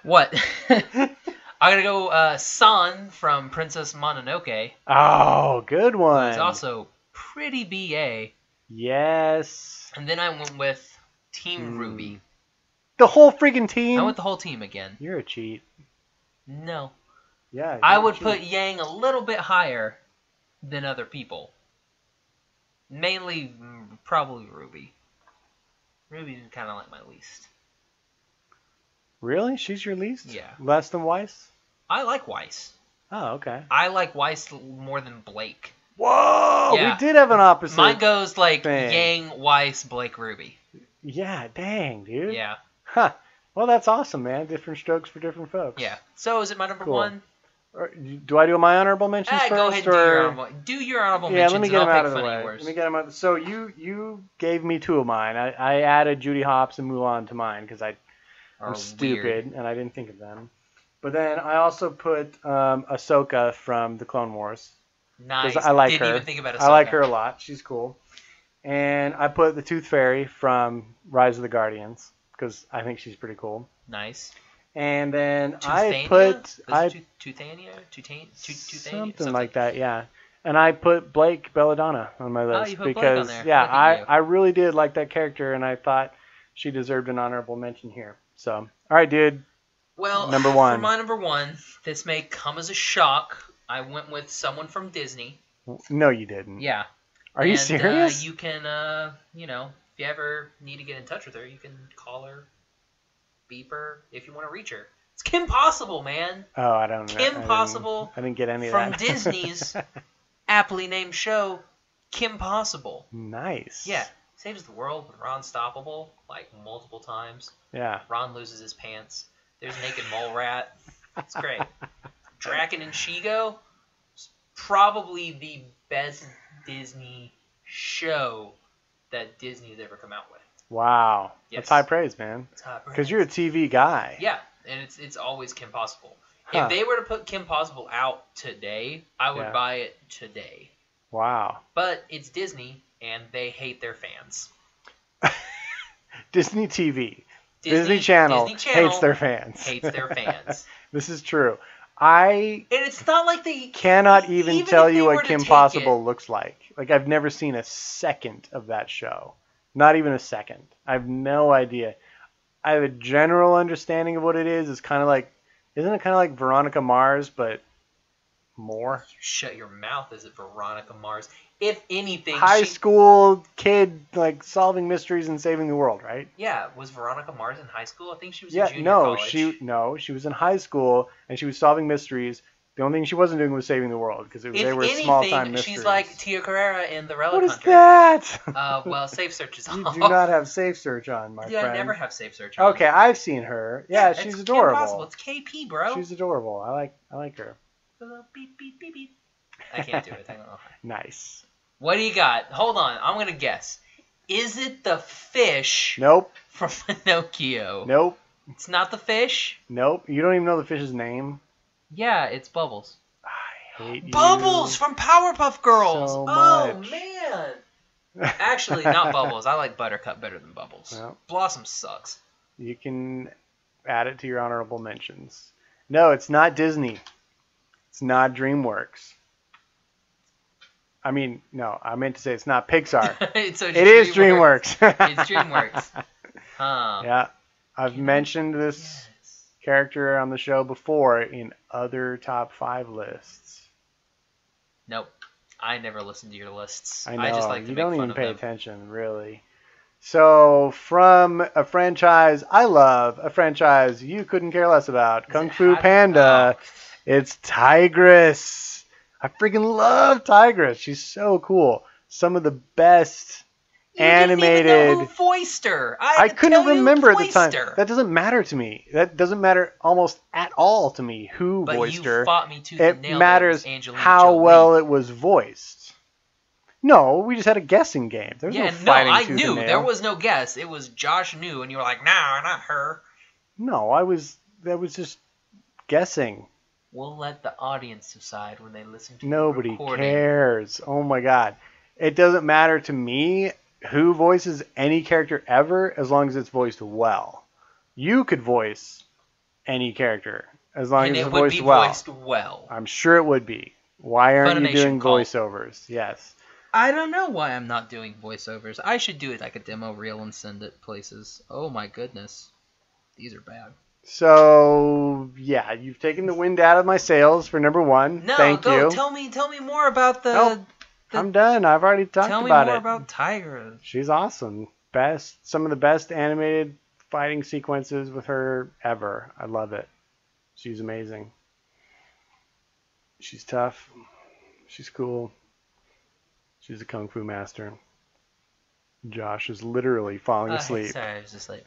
What? *laughs* I'm gonna go uh, San from Princess Mononoke.
Oh, good one.
It's also pretty BA.
Yes.
And then I went with Team
Hmm.
Ruby.
The whole freaking team.
I want the whole team again.
You're a cheat.
No.
Yeah.
I
you're a
would
cheat.
put Yang a little bit higher than other people. Mainly, mm, probably Ruby. Ruby's kind of like my least.
Really? She's your least?
Yeah.
Less than Weiss?
I like Weiss.
Oh, okay.
I like Weiss l- more than Blake.
Whoa!
Yeah.
We did have an opposite.
Mine goes like
Dang.
Yang, Weiss, Blake, Ruby.
yeah. Dang, dude.
Yeah,
Huh. Well, that's awesome, man. Different strokes for different folks.
yeah. So is it my number
Cool.
one?
Or- Do I do my honorable mentions
Ah,
first?
go ahead and do
or...
your honorable. Do your honorable
yeah,
mentions,
let me
and
get
I'll
them out
pick
of the
funny
way.
words.
Let me get them out. So you you gave me two of mine. I, I added Judy Hopps and Mulan to mine because I
Are
I'm
weird.
stupid and I didn't think of them. But then I also put um, Ahsoka from the Clone Wars
Nice.
because I like
Didn't
her.
even think about
I like
Ahsoka.
her a lot. She's cool. And I put the Tooth Fairy from Rise of the Guardians because I think she's pretty cool.
Nice.
And then I
Toothania?
put
Is it
I
Tooth- Toothania? Toothania? Toothania?
something, like that, yeah. And I put Blake Belladonna on my list
Oh, you put Blake on
because
there.
yeah,
Look at
I,
you.
I really did like that character and I thought she deserved an honorable mention here. So, all right, dude.
Well,
Number one.
For my number one, this may come as a shock. I went with someone from Disney.
No, you didn't.
Yeah.
Are you
And,
serious?
Uh, you can, uh, you know, if you ever need to get in touch with her, you can call her, beep her if you want to reach her. It's Kim Possible, man,
oh, I don't know. I
Kim
didn't-
Possible
I didn't get any
from
of that.
Disney's aptly named show, Kim Possible.
*laughs* nice.
Yeah, saves the world with Ron Stoppable like multiple times.
Yeah.
Ron loses his pants. There's naked mole rat. It's great. Draken and Shigo is probably the best Disney show that Disney's ever come out with.
Wow.
Yes.
That's high praise, man.
It's hot, right?
Because you're a TV guy.
yeah, and it's it's always Kim Possible.
Huh.
If they were to put Kim Possible out today, I would
Yeah.
buy it today.
Wow.
But it's Disney, and they hate their fans.
Disney TV. Disney, Channel,
Disney Channel
hates their fans.
hates their fans.
*laughs* this is true. I
And it's not like they
cannot
E-
even,
even
tell
if
you
they were
what
to
Kim
take
Possible looks like. Like I've never seen a second of that show. Not even a second. I have no idea. I have a general understanding of what it is. It's kind of like, isn't it kind of like Veronica Mars, but more
shut your mouth is it Veronica Mars. If anything,
high
she,
school kid like solving mysteries and saving the world, right?
yeah, was Veronica Mars in high school? I think she was in
Yeah,
junior
no,
college.
she no, she was in high school and she was solving mysteries. The only thing she wasn't doing was saving the world because they
if
were
anything,
small time mysteries.
she's like Tia Carrera in The Relic
what is
Hunter.
that?
Uh, well, Safe Search is
*laughs* You
off.
do not have safe search on, my
yeah,
friend.
I never have Safe Search. on.
Okay, I've seen her. Yeah,
it's
she's
Kim Possible.
adorable.
It's KP, bro.
She's adorable. I like I like her.
Beep, beep, beep, beep. I can't do it. I don't know.
Nice.
What do you got? Hold on, I'm gonna guess. Is it the fish
Nope.
from *laughs* Pinocchio?
Nope.
It's not the fish.
Nope. You don't even know the fish's name.
Yeah, it's Bubbles.
I hate you.
Bubbles from Powerpuff Girls.
So
oh
much. *laughs*
man. Actually, not Bubbles. I like Buttercup better than Bubbles.
Well.
Blossom sucks. *laughs*
You can add it to your honorable mentions. No, it's not Disney. It's not DreamWorks. I mean, no, I meant to say it's not Pixar.
*laughs* it's so
it is DreamWorks.
it's DreamWorks. Huh.
*laughs* yeah. I've mentioned this character on the show before in other top five lists.
Nope. I never listen to your lists.
I know
just like to
you
make
don't
fun
even
of
pay
them.
attention, really. So, from a franchise I love, a franchise you couldn't care less about, Kung
it
Fu
Hot-
Panda. It's Tigress. I freaking love Tigress. She's so cool. Some of the best
You didn't even know
animated.
who voiced her. I,
I
had to tell
couldn't
you who
remember at the
voiced
time.
her.
That doesn't matter to me. That doesn't matter almost at all to me who
but
voiced
you
her
fought me tooth
it
and nail.
matters
that it was Angelina
how
Jolie.
well it was voiced. No, we just had a guessing game. There was
Yeah,
no
no,
fighting
I
tooth and
knew
nail.
there was no guess. It was Josh knew, and you were like, "Nah, not her."
No, I was. That was just guessing.
We'll let the audience decide when they listen to the
Nobody
recording.
cares. Oh my god, it doesn't matter to me who voices any character ever, as long as it's voiced well. You could voice any character as long
and
as
it
it's
would
voiced
be
well.
voiced well.
I'm sure it would be. Why aren't
Funimation
you doing
call.
voiceovers? Yes.
I don't know why I'm not doing voiceovers. I should do it like a demo reel and send it places. Oh my goodness, these are bad.
So yeah, you've taken the wind out of my sails for number one.
No,
Thank
go
you.
tell me, tell me more about the.
Nope. I'm done. I've already talked
Tell me
about
more
it.
about Tiger.
She's awesome. Best, some of the best animated fighting sequences with her ever. I love it. She's amazing. She's tough. She's cool. She's a kung fu master. Josh is literally falling asleep.
Ah, sorry, I was asleep.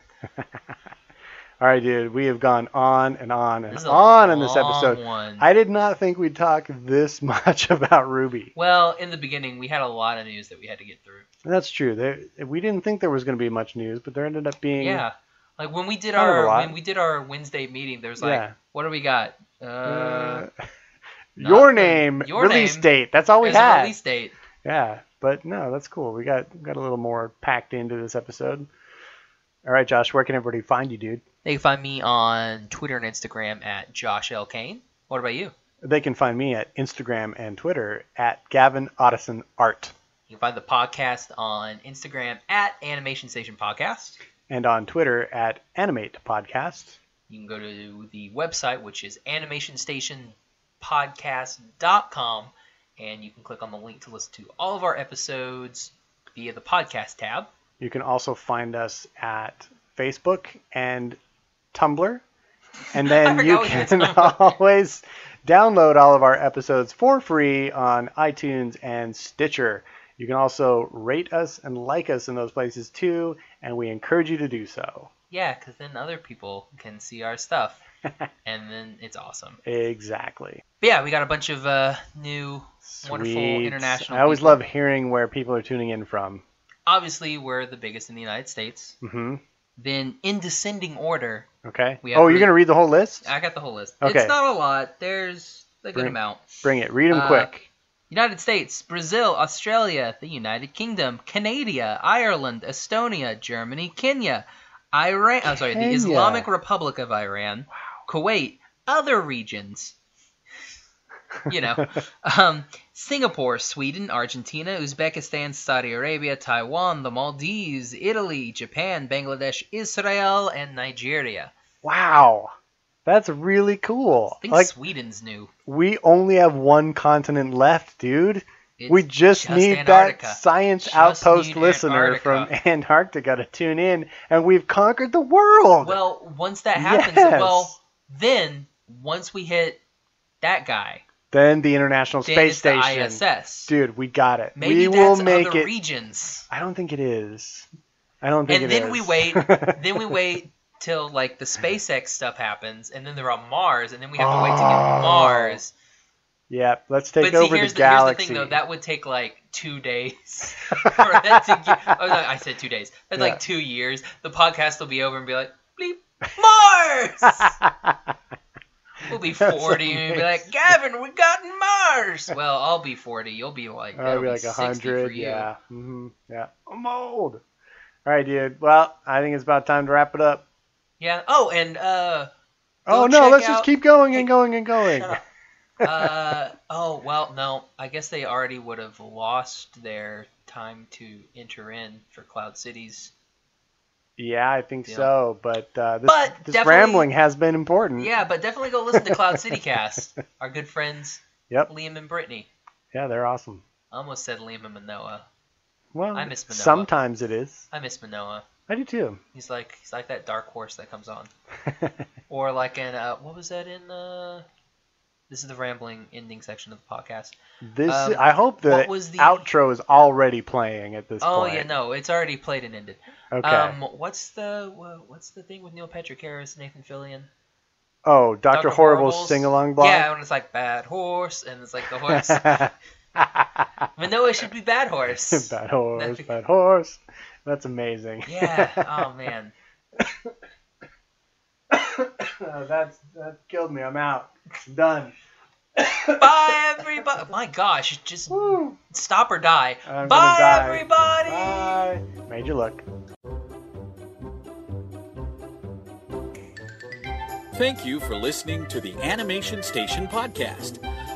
All right, dude. We have gone on and on and
This is a
on in this
long
episode.
One.
I did not think we'd talk this *laughs* much about Ruby.
Well, in the beginning, we had a lot of news that we had to get through.
That's true. There, we didn't think there was going to be much news, but there ended up being.
Yeah, like when we did
Kind of a
our
lot.
when we did our Wednesday meeting, there was like,
Yeah.
what do we got? Uh, *laughs*
Uh,
not
your
the-
name,
your
release
name.
date. That's all Oh, we
there's a
had.
release date.
Yeah, but no, that's cool. We got got a little more packed into this episode. All right, Josh, where can everybody find you, dude?
They can find me on Twitter and Instagram at Josh L Kane. What about you?
They can find me at Instagram and Twitter at Gavin Otteson Art.
You can find the podcast on Instagram at Animation Station Podcast.
and on Twitter at Animate Podcast.
You can go to the website, which is animationstationpodcast.com, and you can click on the link to listen to all of our episodes via the podcast tab.
You can also find us at Facebook and Tumblr.
*laughs*
And then you
forgot we had
can
Tumblr.
*laughs* always download all of our episodes for free on iTunes and Stitcher. You can also rate us and like us in those places too, and we encourage you to do so.
Yeah, because then other people can see our stuff,
*laughs*
and then it's awesome.
Exactly.
But yeah, we got a bunch of uh, new, wonderful
Sweet.
international.
I always
people.
love hearing where people are tuning in from.
Obviously, we're the biggest in the United States.
hmm
Then, in descending order,
Okay.
We have
Oh, you're
re-
going to read the whole list?
I got the whole list.
Okay.
It's not a lot. There's a good
Bring-
amount.
Bring it. Read them
Uh,
quick.
United States, Brazil, Australia, the United Kingdom, Canada, Ireland, Estonia, Germany, Kenya, Iran. I'm sorry, the
Kenya.
Islamic Republic of Iran, Kuwait, other regions. You know, *laughs* um, Singapore, Sweden, Argentina, Uzbekistan, Saudi Arabia, Taiwan, the Maldives, Italy, Japan, Bangladesh, Israel, and Nigeria.
Wow. That's really cool.
I think
Like
Sweden's new.
we only have one continent left, dude.
It's
we just,
just
need
Antarctica.
that science
Just
outpost
need
listener
Antarctica.
from *laughs* Antarctica to tune in, and we've conquered the world.
Well, once that happens,
Yes.
well, then once we hit that guy,
then the International
then
Space
it's the
Station.
ISS.
Dude, we got it.
Maybe
we
that's
will make
other
it. *laughs*
regions.
I don't think it is. I don't think
And
it
then we
is. *laughs*
wait. then we wait till like the SpaceX stuff happens, and then they're on Mars, and then we have to wait to get
Oh.
to Mars.
Yep, let's take
but see,
over
here's
the
the, here's
galaxy.
the thing though, that would take like two
*laughs*
days. *laughs* for that to get, oh, no, I said two days. That's
Yeah.
like two years. The podcast will be over and be like, bleep,
*laughs*
Mars. We'll be
That's
40 and be like,
amazing.
Gavin, we got Mars. Well, I'll be 40. You'll be like,
I'll
that'll
be like
60 for
hundred.
you.
Yeah. hmm Yeah. I'm old. All right, dude. Well, I think it's about time to wrap it up.
Yeah. Oh, and uh, Go
oh no,
check
let's just
out-
keep going and going and going.
Shut uh, *laughs* oh well, no. I guess they already would have lost their time to enter in for Cloud Cities.
*laughs* Yeah, I think
Yeah.
so. But uh, this,
But
this
definitely-
rambling has been important.
Yeah, but definitely go listen to Cloud City
*laughs*
Cast. Our good friends,
Yep.
Liam and Brittany.
Yeah, they're awesome.
I almost said Liam and Manoa.
Well,
I miss Manoa.
sometimes it is.
I miss Manoa.
I do too.
He's like he's like that dark horse that comes
*laughs*
on. or like in uh, what was that in uh this is the rambling ending section of the podcast
This
Um,
I hope the,
what was the-
outro is already playing at this
oh
point.
yeah no it's already played and ended
Okay.
um what's the wha- what's the thing with neil patrick harris nathan fillion
oh, Doctor
Dr.
Horrible's
Horrible's-
sing along blog.
yeah when it's like bad horse and it's like the
*laughs*
horse manoa should be bad horse
*laughs* bad horse, bad horse. That's amazing.
yeah
*laughs*
oh man
Uh, *coughs* that's that killed me. I'm out. I'm done.
bye everybody my gosh just
Woo.
stop or die
I'm gonna
bye
die.
everybody
Bye. Made you look.
Thank you for listening to the Animation Station Podcast.